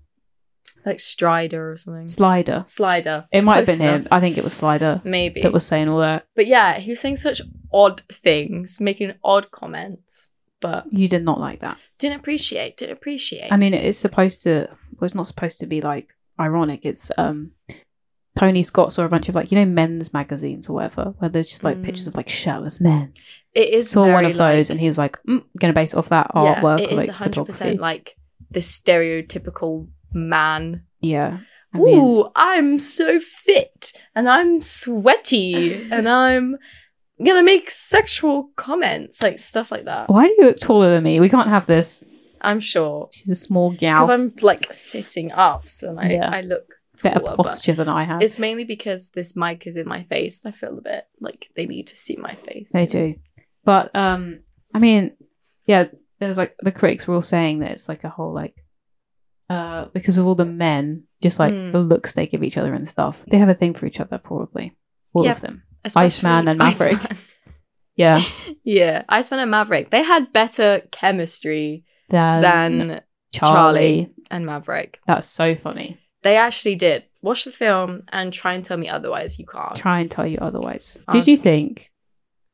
[SPEAKER 2] like Strider or something.
[SPEAKER 1] Slider?
[SPEAKER 2] Slider.
[SPEAKER 1] It might have
[SPEAKER 2] Close
[SPEAKER 1] been him.
[SPEAKER 2] enough.
[SPEAKER 1] I think it was Slider
[SPEAKER 2] Maybe.
[SPEAKER 1] that was saying all that.
[SPEAKER 2] but yeah, he was saying such odd things, making odd comments, but
[SPEAKER 1] You did not like that.
[SPEAKER 2] didn't appreciate, didn't appreciate.
[SPEAKER 1] I mean, it's supposed to. Well, it's not supposed to be like ironic. It's um, Tony Scott saw a bunch of like you know men's magazines or whatever, where there's just like
[SPEAKER 2] Mm.
[SPEAKER 1] pictures of like shirtless men.
[SPEAKER 2] it is
[SPEAKER 1] Saw one
[SPEAKER 2] very,
[SPEAKER 1] of those,
[SPEAKER 2] like-
[SPEAKER 1] and he was like, mm, "Gonna base it off that artwork."
[SPEAKER 2] it
[SPEAKER 1] or,
[SPEAKER 2] is
[SPEAKER 1] like,
[SPEAKER 2] hundred
[SPEAKER 1] photography."
[SPEAKER 2] percent like the stereotypical man.
[SPEAKER 1] yeah. I mean,
[SPEAKER 2] Ooh, I'm so fit and I'm sweaty and I'm gonna make sexual comments, like stuff like that.
[SPEAKER 1] why do you look taller than me? We can't have this.
[SPEAKER 2] I'm sure
[SPEAKER 1] She's a small
[SPEAKER 2] because
[SPEAKER 1] gal.
[SPEAKER 2] I'm like sitting up, so then I,
[SPEAKER 1] Yeah.
[SPEAKER 2] I look
[SPEAKER 1] Better
[SPEAKER 2] taller. but
[SPEAKER 1] posture than I have.
[SPEAKER 2] It's mainly because this mic is in my face and I feel a bit like they need to see my face.
[SPEAKER 1] They do. But um I mean, yeah, there was like the critics were all saying that it's like a whole like uh because of all the men, just like
[SPEAKER 2] Mm.
[SPEAKER 1] the looks they give each other and stuff. They have a thing for each other probably. All
[SPEAKER 2] Yeah.
[SPEAKER 1] of them.
[SPEAKER 2] Especially
[SPEAKER 1] Iceman and
[SPEAKER 2] Iceman.
[SPEAKER 1] Yeah.
[SPEAKER 2] yeah, Iceman and Maverick. They had better chemistry
[SPEAKER 1] Then,
[SPEAKER 2] than
[SPEAKER 1] Charlie.
[SPEAKER 2] Charlie. and Maverick.
[SPEAKER 1] That's so funny.
[SPEAKER 2] They actually did. Watch the film and try and tell me otherwise you can't.
[SPEAKER 1] Try and tell you otherwise. Did
[SPEAKER 2] Honestly.
[SPEAKER 1] you think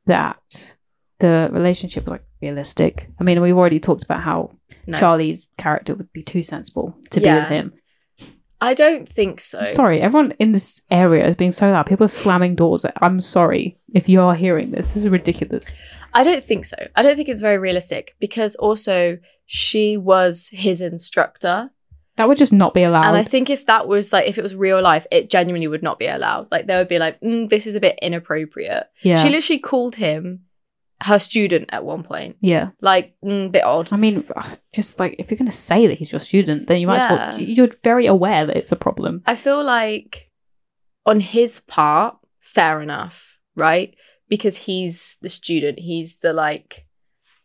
[SPEAKER 1] that the relationship was like realistic? I mean, we've already talked about how
[SPEAKER 2] No.
[SPEAKER 1] Charlie's character would be too sensible to be
[SPEAKER 2] Yeah.
[SPEAKER 1] with him.
[SPEAKER 2] I don't think so.
[SPEAKER 1] I'm sorry, everyone in this area is being so loud. People are slamming doors. I'm sorry if you are hearing this. This is ridiculous.
[SPEAKER 2] I don't think so. I don't think it's very realistic because also she was his instructor.
[SPEAKER 1] That would just not be allowed.
[SPEAKER 2] And I think if that was like, if it was real life, it genuinely would not be allowed. Like, they would be like, mm, this is a bit inappropriate.
[SPEAKER 1] yeah.
[SPEAKER 2] She literally called him her student at one point.
[SPEAKER 1] yeah.
[SPEAKER 2] Like, mm, bit odd.
[SPEAKER 1] I mean, ugh, just like if you're going to say that he's your student, then you might as
[SPEAKER 2] Yeah.
[SPEAKER 1] well. You're very aware that it's a problem.
[SPEAKER 2] I feel like on his part, fair enough, right? Because he's the student, he's the like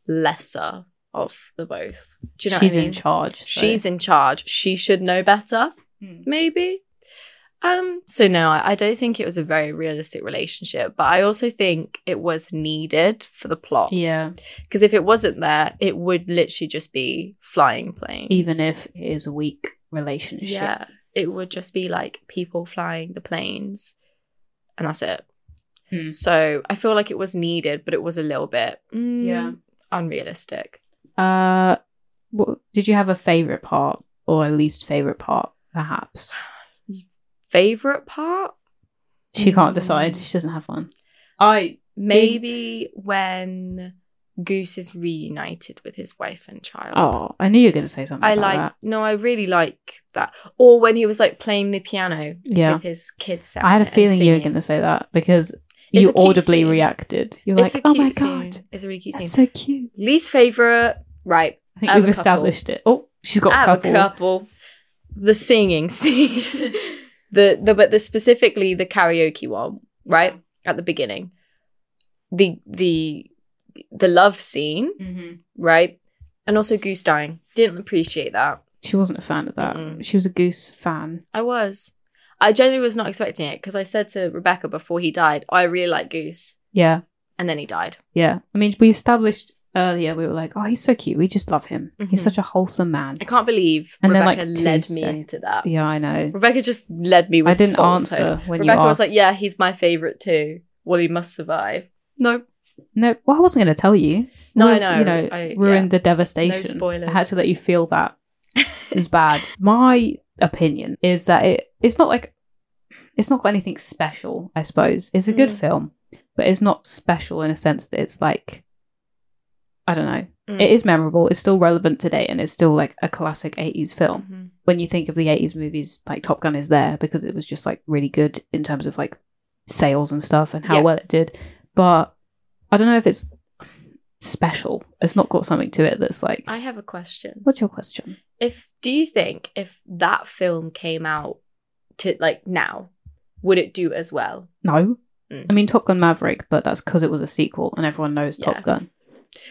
[SPEAKER 2] lesser of the both. Do you know
[SPEAKER 1] She's
[SPEAKER 2] what I mean?
[SPEAKER 1] in charge. so-
[SPEAKER 2] She's in charge. She should know better,
[SPEAKER 1] Hmm.
[SPEAKER 2] maybe. Um, so no, I, I don't think it was a very realistic relationship, but I also think it was needed for the plot.
[SPEAKER 1] Yeah.
[SPEAKER 2] Because if it wasn't there, it would literally just be flying planes.
[SPEAKER 1] Even if it is a weak relationship.
[SPEAKER 2] Yeah. It would just be like people flying the planes and that's it.
[SPEAKER 1] Hmm.
[SPEAKER 2] So I feel like it was needed, but it was a little bit mm,
[SPEAKER 1] Yeah.
[SPEAKER 2] unrealistic.
[SPEAKER 1] Uh, what, did you have a favorite part or a least favorite part? Perhaps
[SPEAKER 2] Favorite part?
[SPEAKER 1] she can't
[SPEAKER 2] Mm.
[SPEAKER 1] decide. She doesn't have one. I
[SPEAKER 2] Maybe when Goose is reunited with his wife and child.
[SPEAKER 1] oh, I knew you were going to say something.
[SPEAKER 2] I
[SPEAKER 1] about
[SPEAKER 2] like
[SPEAKER 1] that.
[SPEAKER 2] no, I really like that. Or when he was like playing the piano
[SPEAKER 1] Yeah,
[SPEAKER 2] with his kids.
[SPEAKER 1] I had a
[SPEAKER 2] sound and
[SPEAKER 1] feeling you were
[SPEAKER 2] singing.
[SPEAKER 1] going to say that because
[SPEAKER 2] It's
[SPEAKER 1] you
[SPEAKER 2] a cute
[SPEAKER 1] audibly
[SPEAKER 2] scene.
[SPEAKER 1] reacted. You're
[SPEAKER 2] It's
[SPEAKER 1] like,
[SPEAKER 2] a
[SPEAKER 1] oh
[SPEAKER 2] cute
[SPEAKER 1] my
[SPEAKER 2] scene.
[SPEAKER 1] god,
[SPEAKER 2] It's a really cute
[SPEAKER 1] that's
[SPEAKER 2] scene.
[SPEAKER 1] so cute.
[SPEAKER 2] Least favorite, right?
[SPEAKER 1] I think
[SPEAKER 2] I have
[SPEAKER 1] we've
[SPEAKER 2] a couple.
[SPEAKER 1] established it. Oh, she's got
[SPEAKER 2] I
[SPEAKER 1] a
[SPEAKER 2] have
[SPEAKER 1] couple.
[SPEAKER 2] a couple. The singing scene, the the but the specifically the karaoke one, right at the beginning. The the the love scene, right, and also Goose dying. Didn't appreciate that.
[SPEAKER 1] She wasn't a fan of that.
[SPEAKER 2] Mm-mm.
[SPEAKER 1] She was a goose fan.
[SPEAKER 2] I was. I genuinely was not expecting it because I said to Rebecca before he died, I really like Goose.
[SPEAKER 1] Yeah,
[SPEAKER 2] And then he died.
[SPEAKER 1] yeah. I mean, we established earlier. We were like, oh, he's so cute. We just love him.
[SPEAKER 2] Mhm.
[SPEAKER 1] He's such a wholesome man.
[SPEAKER 2] I can't believe
[SPEAKER 1] And then,
[SPEAKER 2] Rebecca
[SPEAKER 1] like, two
[SPEAKER 2] led me
[SPEAKER 1] seconds-
[SPEAKER 2] into that.
[SPEAKER 1] Yeah, I know.
[SPEAKER 2] Rebecca just led me with
[SPEAKER 1] I didn't
[SPEAKER 2] false hope.
[SPEAKER 1] answer when
[SPEAKER 2] Rebecca
[SPEAKER 1] you asked.
[SPEAKER 2] was like, Yeah, he's my favourite too. Well, he must survive. No,
[SPEAKER 1] No, well, I wasn't going to tell you.
[SPEAKER 2] No, I
[SPEAKER 1] Would've,
[SPEAKER 2] know.
[SPEAKER 1] You know,
[SPEAKER 2] I-
[SPEAKER 1] ruined the devastation.
[SPEAKER 2] No spoilers.
[SPEAKER 1] I had to let you feel that. It was bad. My opinion is that it it's not like it's not got anything special. I suppose it's a good
[SPEAKER 2] Mm.
[SPEAKER 1] film, but it's not special in a sense that it's like I don't know.
[SPEAKER 2] Mm.
[SPEAKER 1] It is memorable. It's still relevant today, and it's still like a classic '80s film
[SPEAKER 2] Mhm.
[SPEAKER 1] when you think of the 80s movies, like Top Gun is there because it was just like really good in terms of like sales and stuff and how
[SPEAKER 2] Yeah.
[SPEAKER 1] well it did. But I don't know if it's special. It's not got something to it that's like.
[SPEAKER 2] I have a question.
[SPEAKER 1] What's your question?
[SPEAKER 2] If do you think if that film came out to like now, would it do as well?
[SPEAKER 1] No.
[SPEAKER 2] Mm.
[SPEAKER 1] I mean, Top Gun Maverick, but that's because it was a sequel and everyone knows
[SPEAKER 2] Yeah.
[SPEAKER 1] Top Gun.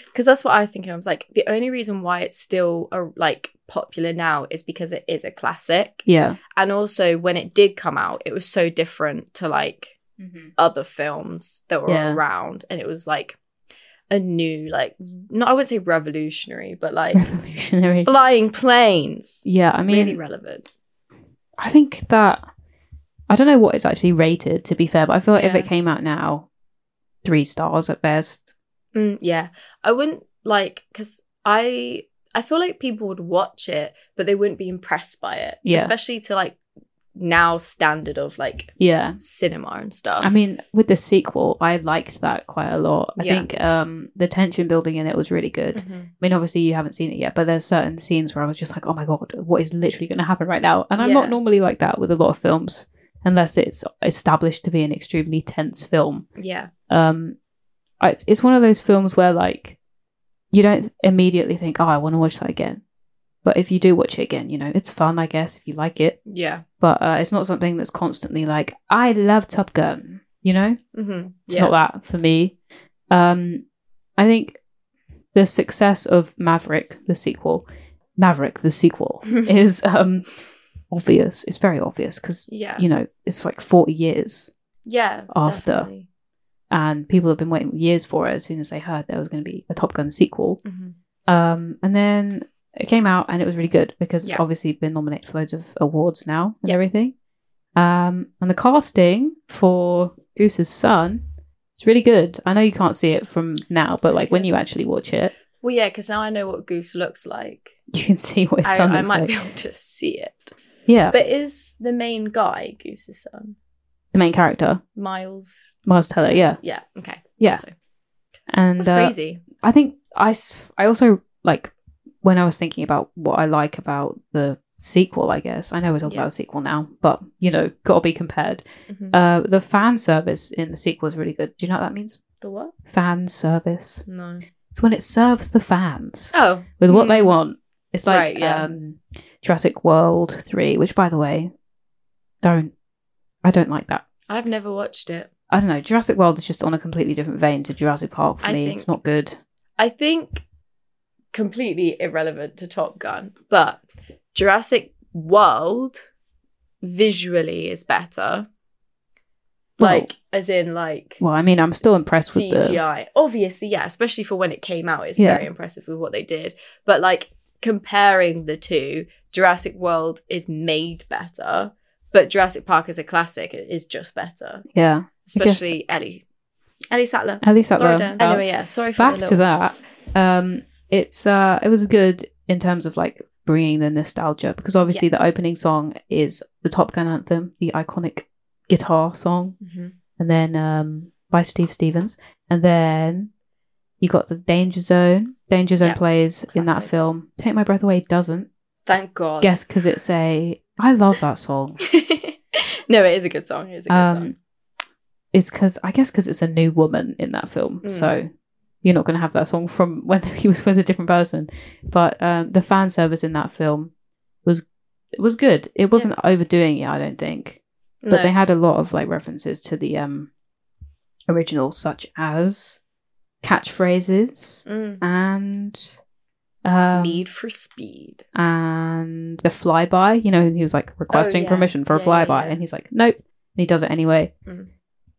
[SPEAKER 2] Because that's what I think. I was like, the only reason why it's still a, like popular now is because it is a classic,
[SPEAKER 1] Yeah.
[SPEAKER 2] and also when it did come out, it was so different to like other films that were
[SPEAKER 1] Yeah.
[SPEAKER 2] around, and it was like a new, like not I wouldn't say revolutionary, but like
[SPEAKER 1] Revolutionary.
[SPEAKER 2] flying planes,
[SPEAKER 1] Yeah, I mean,
[SPEAKER 2] really relevant.
[SPEAKER 1] I think that I don't know what it's actually rated. To be fair, but I feel like if
[SPEAKER 2] Yeah.
[SPEAKER 1] it came out now, three stars at best.
[SPEAKER 2] Mm, yeah, I wouldn't like because I I feel like people would watch it, but they wouldn't be impressed by it,
[SPEAKER 1] Yeah.
[SPEAKER 2] especially to like now standard of like
[SPEAKER 1] Yeah,
[SPEAKER 2] cinema and stuff.
[SPEAKER 1] I mean, with the sequel, I liked that quite a lot. I
[SPEAKER 2] Yeah.
[SPEAKER 1] think um, the tension building in it was really good.
[SPEAKER 2] Mhm.
[SPEAKER 1] I mean, obviously you haven't seen it yet, but there's certain scenes where I was just like, "Oh my god, what is literally going to happen right now?" And I'm
[SPEAKER 2] Yeah.
[SPEAKER 1] not normally like that with a lot of films, unless it's established to be an extremely tense film.
[SPEAKER 2] yeah,
[SPEAKER 1] Um, I- it's, it's one of those films where like you don't immediately think, "Oh, I want to watch that again," but if you do watch it again, you know it's fun, I guess, if you like it.
[SPEAKER 2] yeah,
[SPEAKER 1] But uh, it's not something that's constantly like, "I love Top Gun," you know.
[SPEAKER 2] hmm
[SPEAKER 1] It's
[SPEAKER 2] yeah.
[SPEAKER 1] not that for me. Um, I think the success of Maverick, the sequel, Maverick, the sequel, is um, obvious. It's very obvious because,
[SPEAKER 2] yeah,
[SPEAKER 1] you know, it's like 40 years
[SPEAKER 2] yeah.
[SPEAKER 1] after.
[SPEAKER 2] definitely.
[SPEAKER 1] and people have been waiting years for it as soon as they heard there was going to be a Top Gun sequel.
[SPEAKER 2] Mhm.
[SPEAKER 1] Um, and then it came out and it was really good because
[SPEAKER 2] Yeah.
[SPEAKER 1] it's obviously been nominated for loads of awards now and
[SPEAKER 2] Yeah.
[SPEAKER 1] everything. Um, and the casting for Goose's son it's really good. I know you can't see it from now, but
[SPEAKER 2] Really
[SPEAKER 1] like when
[SPEAKER 2] good.
[SPEAKER 1] you actually watch it,
[SPEAKER 2] Well, yeah, because now I know what Goose looks like.
[SPEAKER 1] you can see what his
[SPEAKER 2] I,
[SPEAKER 1] son
[SPEAKER 2] I
[SPEAKER 1] looks
[SPEAKER 2] might
[SPEAKER 1] like.
[SPEAKER 2] be able to see it.
[SPEAKER 1] Yeah,
[SPEAKER 2] But is the main guy Goose's son
[SPEAKER 1] the main character,
[SPEAKER 2] Miles?
[SPEAKER 1] Miles Teller. Uh, Yeah,
[SPEAKER 2] yeah, okay,
[SPEAKER 1] Yeah.
[SPEAKER 2] So,
[SPEAKER 1] and
[SPEAKER 2] that's
[SPEAKER 1] uh,
[SPEAKER 2] crazy.
[SPEAKER 1] I think I s- I also like when I was thinking about what I like about the sequel. I guess I know we're talking
[SPEAKER 2] Yeah.
[SPEAKER 1] about a sequel now, but you know, gotta be compared.
[SPEAKER 2] Mhm.
[SPEAKER 1] Uh, the fan service in the sequel is really good. Do you know what that means?
[SPEAKER 2] the what?
[SPEAKER 1] Fan service.
[SPEAKER 2] No.
[SPEAKER 1] It's when it serves the fans
[SPEAKER 2] Oh,
[SPEAKER 1] with what
[SPEAKER 2] Mm.
[SPEAKER 1] they want. It's like
[SPEAKER 2] Right, yeah.
[SPEAKER 1] um, Jurassic World three, which by the way, don't. I don't like that.
[SPEAKER 2] I've never watched it.
[SPEAKER 1] I don't know. Jurassic World is just on a completely different vein to Jurassic Park for
[SPEAKER 2] I
[SPEAKER 1] me.
[SPEAKER 2] think-
[SPEAKER 1] It's not good.
[SPEAKER 2] I think completely irrelevant to Top Gun, but Jurassic World visually is better.
[SPEAKER 1] Well-
[SPEAKER 2] Like, as in, like
[SPEAKER 1] Well, I mean, I'm still impressed with the.
[SPEAKER 2] CGI. Obviously, yeah, especially for when it came out, it's
[SPEAKER 1] Yeah.
[SPEAKER 2] very impressive with what they did. But like comparing the two, Jurassic World is made better, but Jurassic Park as a classic is just better,
[SPEAKER 1] Yeah. guess-
[SPEAKER 2] especially Ellie, Ellie Sattler.
[SPEAKER 1] At least that
[SPEAKER 2] Laura
[SPEAKER 1] there.
[SPEAKER 2] Dern. Anyway, yeah, sorry for
[SPEAKER 1] back
[SPEAKER 2] the
[SPEAKER 1] to
[SPEAKER 2] little-
[SPEAKER 1] that um it's uh it was good in terms of like bringing the nostalgia because obviously the opening song is the top gun anthem the iconic guitar song
[SPEAKER 2] Mhm.
[SPEAKER 1] and then um by steve stevens and then you got the danger zone danger zone
[SPEAKER 2] Yep.
[SPEAKER 1] plays in that
[SPEAKER 2] Classic.
[SPEAKER 1] film take my breath away doesn't
[SPEAKER 2] Thank God.
[SPEAKER 1] guess because it's a i love that song
[SPEAKER 2] no, it is a good song. It is a good song.
[SPEAKER 1] um it's because i guess because it's a new woman in that film
[SPEAKER 2] Mm.
[SPEAKER 1] so you're not going to have that song from when he was with a different person but um the fan service in that film was was good it wasn't overdoing it i don't think but
[SPEAKER 2] No.
[SPEAKER 1] they had a lot of like references to the um original such as catchphrases
[SPEAKER 2] Mm.
[SPEAKER 1] and um,
[SPEAKER 2] Need for Speed.
[SPEAKER 1] and the flyby, you know, and he was like requesting
[SPEAKER 2] Oh, yeah.
[SPEAKER 1] permission for a
[SPEAKER 2] Yeah, yeah,
[SPEAKER 1] flyby,
[SPEAKER 2] yeah.
[SPEAKER 1] and he's like, nope, and he does it anyway.
[SPEAKER 2] Mm.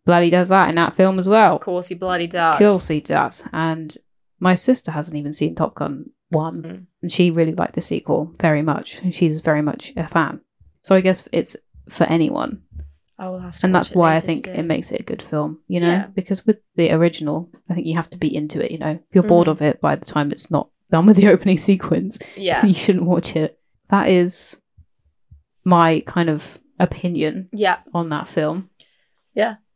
[SPEAKER 1] Bloody does that in that film as well.
[SPEAKER 2] Of course, he bloody does.
[SPEAKER 1] Kelsey does, and my sister hasn't even seen Top Gun one,
[SPEAKER 2] Mm.
[SPEAKER 1] and she really liked the sequel very much, and she's very much a fan. So I guess it's for anyone,
[SPEAKER 2] I will have to.
[SPEAKER 1] and
[SPEAKER 2] watch
[SPEAKER 1] that's
[SPEAKER 2] it
[SPEAKER 1] why I
[SPEAKER 2] later
[SPEAKER 1] think
[SPEAKER 2] today.
[SPEAKER 1] it makes it a good film, you know,
[SPEAKER 2] Yeah.
[SPEAKER 1] because with the original, I think you have to be into it. You know, if you're bored
[SPEAKER 2] Mm-hmm.
[SPEAKER 1] of it by the time it's not done with the opening sequence,
[SPEAKER 2] Yeah.
[SPEAKER 1] you shouldn't watch it. That is my kind of opinion
[SPEAKER 2] Yeah.
[SPEAKER 1] on that film.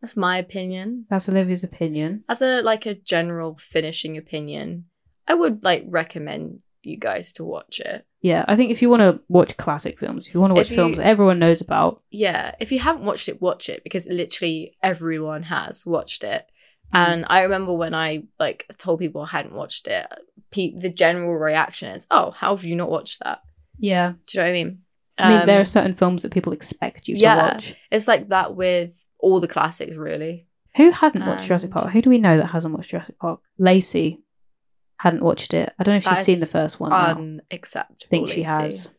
[SPEAKER 2] That's my opinion.
[SPEAKER 1] That's Olivia's opinion.
[SPEAKER 2] As a like a general finishing opinion, I would like recommend you guys to watch it.
[SPEAKER 1] Yeah, I think if you want to watch classic films, if you want to
[SPEAKER 2] If
[SPEAKER 1] watch films
[SPEAKER 2] you-
[SPEAKER 1] that everyone knows about,
[SPEAKER 2] Yeah. If you haven't watched it, watch it because literally everyone has watched it.
[SPEAKER 1] Mm.
[SPEAKER 2] And I remember when I like told people I hadn't watched it, pe- the general reaction is, "Oh, how have you not watched that?"
[SPEAKER 1] yeah,
[SPEAKER 2] Do you know what I mean?
[SPEAKER 1] I mean there
[SPEAKER 2] Um,
[SPEAKER 1] are certain films that people expect you to
[SPEAKER 2] yeah.
[SPEAKER 1] watch.
[SPEAKER 2] It's like that with all the classics, really.
[SPEAKER 1] Who hadn't watched Jurassic
[SPEAKER 2] And-
[SPEAKER 1] Park? Who do we know that hasn't watched Jurassic Park? Lacey hadn't watched it. I don't know if
[SPEAKER 2] That
[SPEAKER 1] she's seen
[SPEAKER 2] is
[SPEAKER 1] the first one. now.
[SPEAKER 2] Unacceptable.
[SPEAKER 1] I Oh, think she
[SPEAKER 2] Lacey.
[SPEAKER 1] has,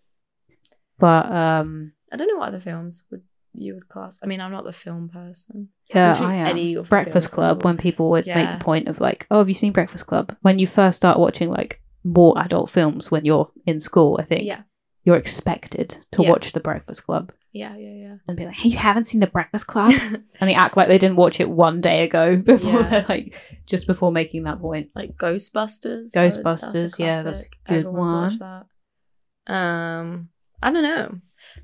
[SPEAKER 1] but um,
[SPEAKER 2] I don't know what other films would you would class. I mean, I'm not the film person.
[SPEAKER 1] Yeah,
[SPEAKER 2] Literally
[SPEAKER 1] I am.
[SPEAKER 2] any of the
[SPEAKER 1] Breakfast
[SPEAKER 2] films
[SPEAKER 1] Club,
[SPEAKER 2] will-
[SPEAKER 1] when people always make
[SPEAKER 2] Yeah.
[SPEAKER 1] the point of like, oh, have you seen Breakfast Club? When you first start watching like more adult films when you're in school, I think
[SPEAKER 2] Yeah,
[SPEAKER 1] you're expected to
[SPEAKER 2] Yeah.
[SPEAKER 1] watch The Breakfast Club
[SPEAKER 2] yeah, yeah,
[SPEAKER 1] and be like, hey, you haven't seen The Breakfast Club?
[SPEAKER 2] yeah.
[SPEAKER 1] and they act like they didn't watch it one day ago before
[SPEAKER 2] Yeah.
[SPEAKER 1] they're like, just before making that point.
[SPEAKER 2] like Ghostbusters.
[SPEAKER 1] Ghostbusters,
[SPEAKER 2] I would- that's a
[SPEAKER 1] yeah, that's a
[SPEAKER 2] classic.
[SPEAKER 1] good
[SPEAKER 2] Everyone's watched that. Um, I don't know,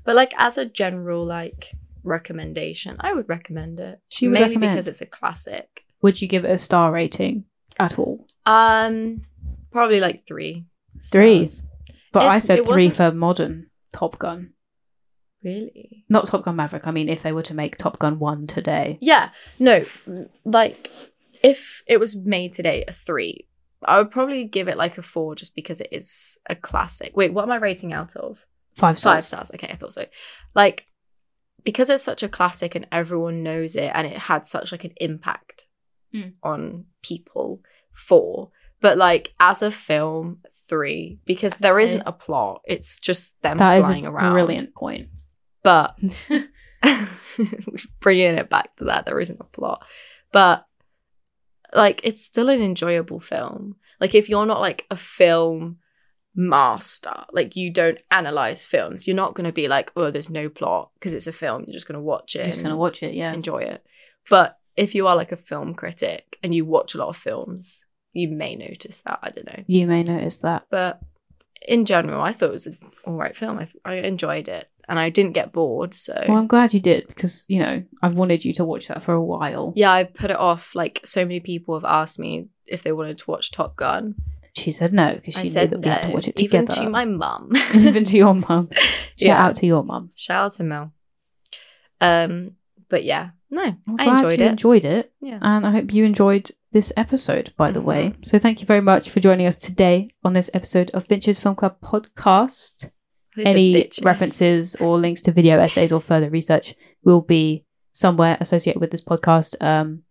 [SPEAKER 2] but like as a general like recommendation, I would recommend it.
[SPEAKER 1] She would
[SPEAKER 2] mainly
[SPEAKER 1] recommend.
[SPEAKER 2] because it's a classic.
[SPEAKER 1] Would you give it a star rating at all?
[SPEAKER 2] Um, probably like three.
[SPEAKER 1] Three?
[SPEAKER 2] stars.
[SPEAKER 1] But I
[SPEAKER 2] It's-
[SPEAKER 1] said
[SPEAKER 2] it
[SPEAKER 1] 3
[SPEAKER 2] wasn't-
[SPEAKER 1] for modern Top Gun.
[SPEAKER 2] Really?
[SPEAKER 1] Not Top Gun Maverick. I mean, if they were to make Top Gun 1 today.
[SPEAKER 2] Yeah. No, like if it was made today, a three. I would probably give it like a four just because it is a classic. Wait, what am I rating out of?
[SPEAKER 1] Five
[SPEAKER 2] Five
[SPEAKER 1] stars.
[SPEAKER 2] stars. Okay, I thought so. Like because it's such a classic and everyone knows it and it had such like an impact
[SPEAKER 1] Mm.
[SPEAKER 2] on people, four. But like as a film, three because there isn't a plot. It's just them
[SPEAKER 1] That is
[SPEAKER 2] flying
[SPEAKER 1] a
[SPEAKER 2] around.
[SPEAKER 1] brilliant point.
[SPEAKER 2] But bringing it back to that there isn't a plot but like it's still an enjoyable film like if you're not like a film master like you don't analyze films you're not going to be like oh there's no plot because it's a film you're just going to watch it
[SPEAKER 1] You're just
[SPEAKER 2] and
[SPEAKER 1] going to watch it, yeah.
[SPEAKER 2] enjoy it but if you are like a film critic and you watch a lot of films you may notice that i don't know
[SPEAKER 1] You may notice that.
[SPEAKER 2] but in general i thought it was an all right film i, th- I enjoyed it and i didn't get bored so
[SPEAKER 1] Well, I'm glad you did because, you know, I've wanted you to watch that for a while.
[SPEAKER 2] Yeah, I put it off. Like so many people have asked me if they wanted to watch Top Gun.
[SPEAKER 1] She said no because she
[SPEAKER 2] I
[SPEAKER 1] knew
[SPEAKER 2] said
[SPEAKER 1] that we
[SPEAKER 2] no,
[SPEAKER 1] had to watch it together.
[SPEAKER 2] even to my mum.
[SPEAKER 1] Even to your mum. Shout
[SPEAKER 2] Yeah.
[SPEAKER 1] out to your mum.
[SPEAKER 2] Shout out to Mel. Um, but yeah, no,
[SPEAKER 1] I'm
[SPEAKER 2] I
[SPEAKER 1] glad
[SPEAKER 2] enjoyed
[SPEAKER 1] you
[SPEAKER 2] it.
[SPEAKER 1] enjoyed it.
[SPEAKER 2] yeah, Mm-hmm.
[SPEAKER 1] And I hope you enjoyed this episode, by the way. So thank you very much for joining us today on this episode of Vinches Film Club podcast.
[SPEAKER 2] They said
[SPEAKER 1] Any
[SPEAKER 2] bitches.
[SPEAKER 1] references or links to video essays or further research will be somewhere associated with this podcast. Um,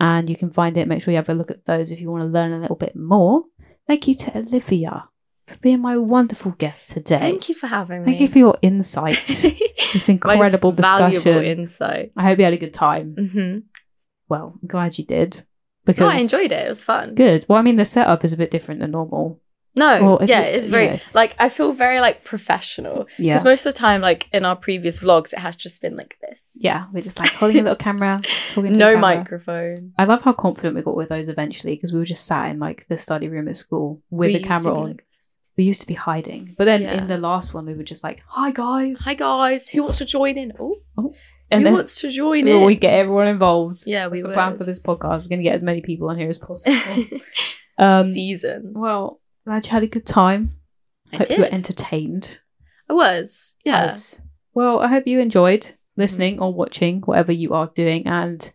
[SPEAKER 1] and you can find it. Make sure you have a look at those if you want to learn a little bit more. Thank you to Olivia for being my wonderful guest today.
[SPEAKER 2] Thank you for having me.
[SPEAKER 1] Thank you for your insight. this incredible
[SPEAKER 2] Valuable
[SPEAKER 1] discussion.
[SPEAKER 2] insight.
[SPEAKER 1] I hope you had a good time.
[SPEAKER 2] hmm
[SPEAKER 1] Well, I'm glad you did. Because
[SPEAKER 2] No, I enjoyed it. It was fun.
[SPEAKER 1] Good. Well, I mean, the setup is a bit different than normal.
[SPEAKER 2] No,
[SPEAKER 1] Or if
[SPEAKER 2] yeah,
[SPEAKER 1] you-
[SPEAKER 2] it's very
[SPEAKER 1] yeah.
[SPEAKER 2] like I feel very like professional
[SPEAKER 1] Yeah.
[SPEAKER 2] because most of the time, like in our previous vlogs, it has just been like this.
[SPEAKER 1] Yeah. We're just like holding a little camera, talking to the
[SPEAKER 2] no
[SPEAKER 1] camera.
[SPEAKER 2] microphone.
[SPEAKER 1] I love how confident we got with those eventually because we were just sat in like the study room at school with
[SPEAKER 2] We
[SPEAKER 1] the
[SPEAKER 2] used to
[SPEAKER 1] camera
[SPEAKER 2] be
[SPEAKER 1] on.
[SPEAKER 2] like this.
[SPEAKER 1] we used to be hiding, but then
[SPEAKER 2] Yeah.
[SPEAKER 1] in the last one we were just like, "Hi guys!"
[SPEAKER 2] Hi guys, who wants to join in? Oh,
[SPEAKER 1] and
[SPEAKER 2] who
[SPEAKER 1] then
[SPEAKER 2] wants to join in?
[SPEAKER 1] we would get everyone involved.
[SPEAKER 2] yeah, we
[SPEAKER 1] That's the
[SPEAKER 2] would.
[SPEAKER 1] plan for this podcast. We're going to get as many people on here as possible. um,
[SPEAKER 2] Seasons.
[SPEAKER 1] well, glad you had a good time.
[SPEAKER 2] I
[SPEAKER 1] hope
[SPEAKER 2] did.
[SPEAKER 1] you were entertained.
[SPEAKER 2] I was. Yeah. Mm.
[SPEAKER 1] Yes. Well, I hope you enjoyed listening or watching, whatever you are doing. And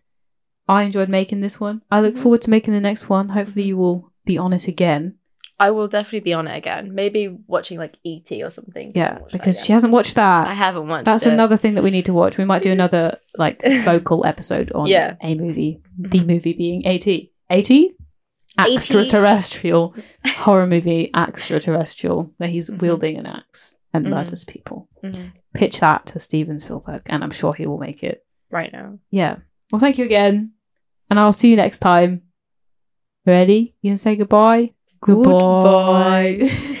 [SPEAKER 1] I enjoyed making this one. I look
[SPEAKER 2] Mhm.
[SPEAKER 1] forward to making the next one. Hopefully,
[SPEAKER 2] Mm-hmm.
[SPEAKER 1] you will be on it again.
[SPEAKER 2] I will definitely be on it again. Maybe watching like ET or something.
[SPEAKER 1] Yeah,
[SPEAKER 2] Watch that
[SPEAKER 1] because
[SPEAKER 2] again.
[SPEAKER 1] she hasn't watched that.
[SPEAKER 2] I haven't watched.
[SPEAKER 1] That's
[SPEAKER 2] it.
[SPEAKER 1] another thing that we need to watch. We might do another like vocal episode on
[SPEAKER 2] Yeah.
[SPEAKER 1] a movie. The
[SPEAKER 2] Mhm.
[SPEAKER 1] movie being AT. AT? Extraterrestrial horror movie, extraterrestrial, where he's
[SPEAKER 2] Mhm.
[SPEAKER 1] wielding an axe and
[SPEAKER 2] Mhm.
[SPEAKER 1] murders people.
[SPEAKER 2] Mhm.
[SPEAKER 1] Pitch that to Steven Spielberg, and I'm sure he will make it.
[SPEAKER 2] right now.
[SPEAKER 1] Yeah. Well, thank you again, and I'll see you next time. Ready? You can say goodbye.
[SPEAKER 2] Goodbye.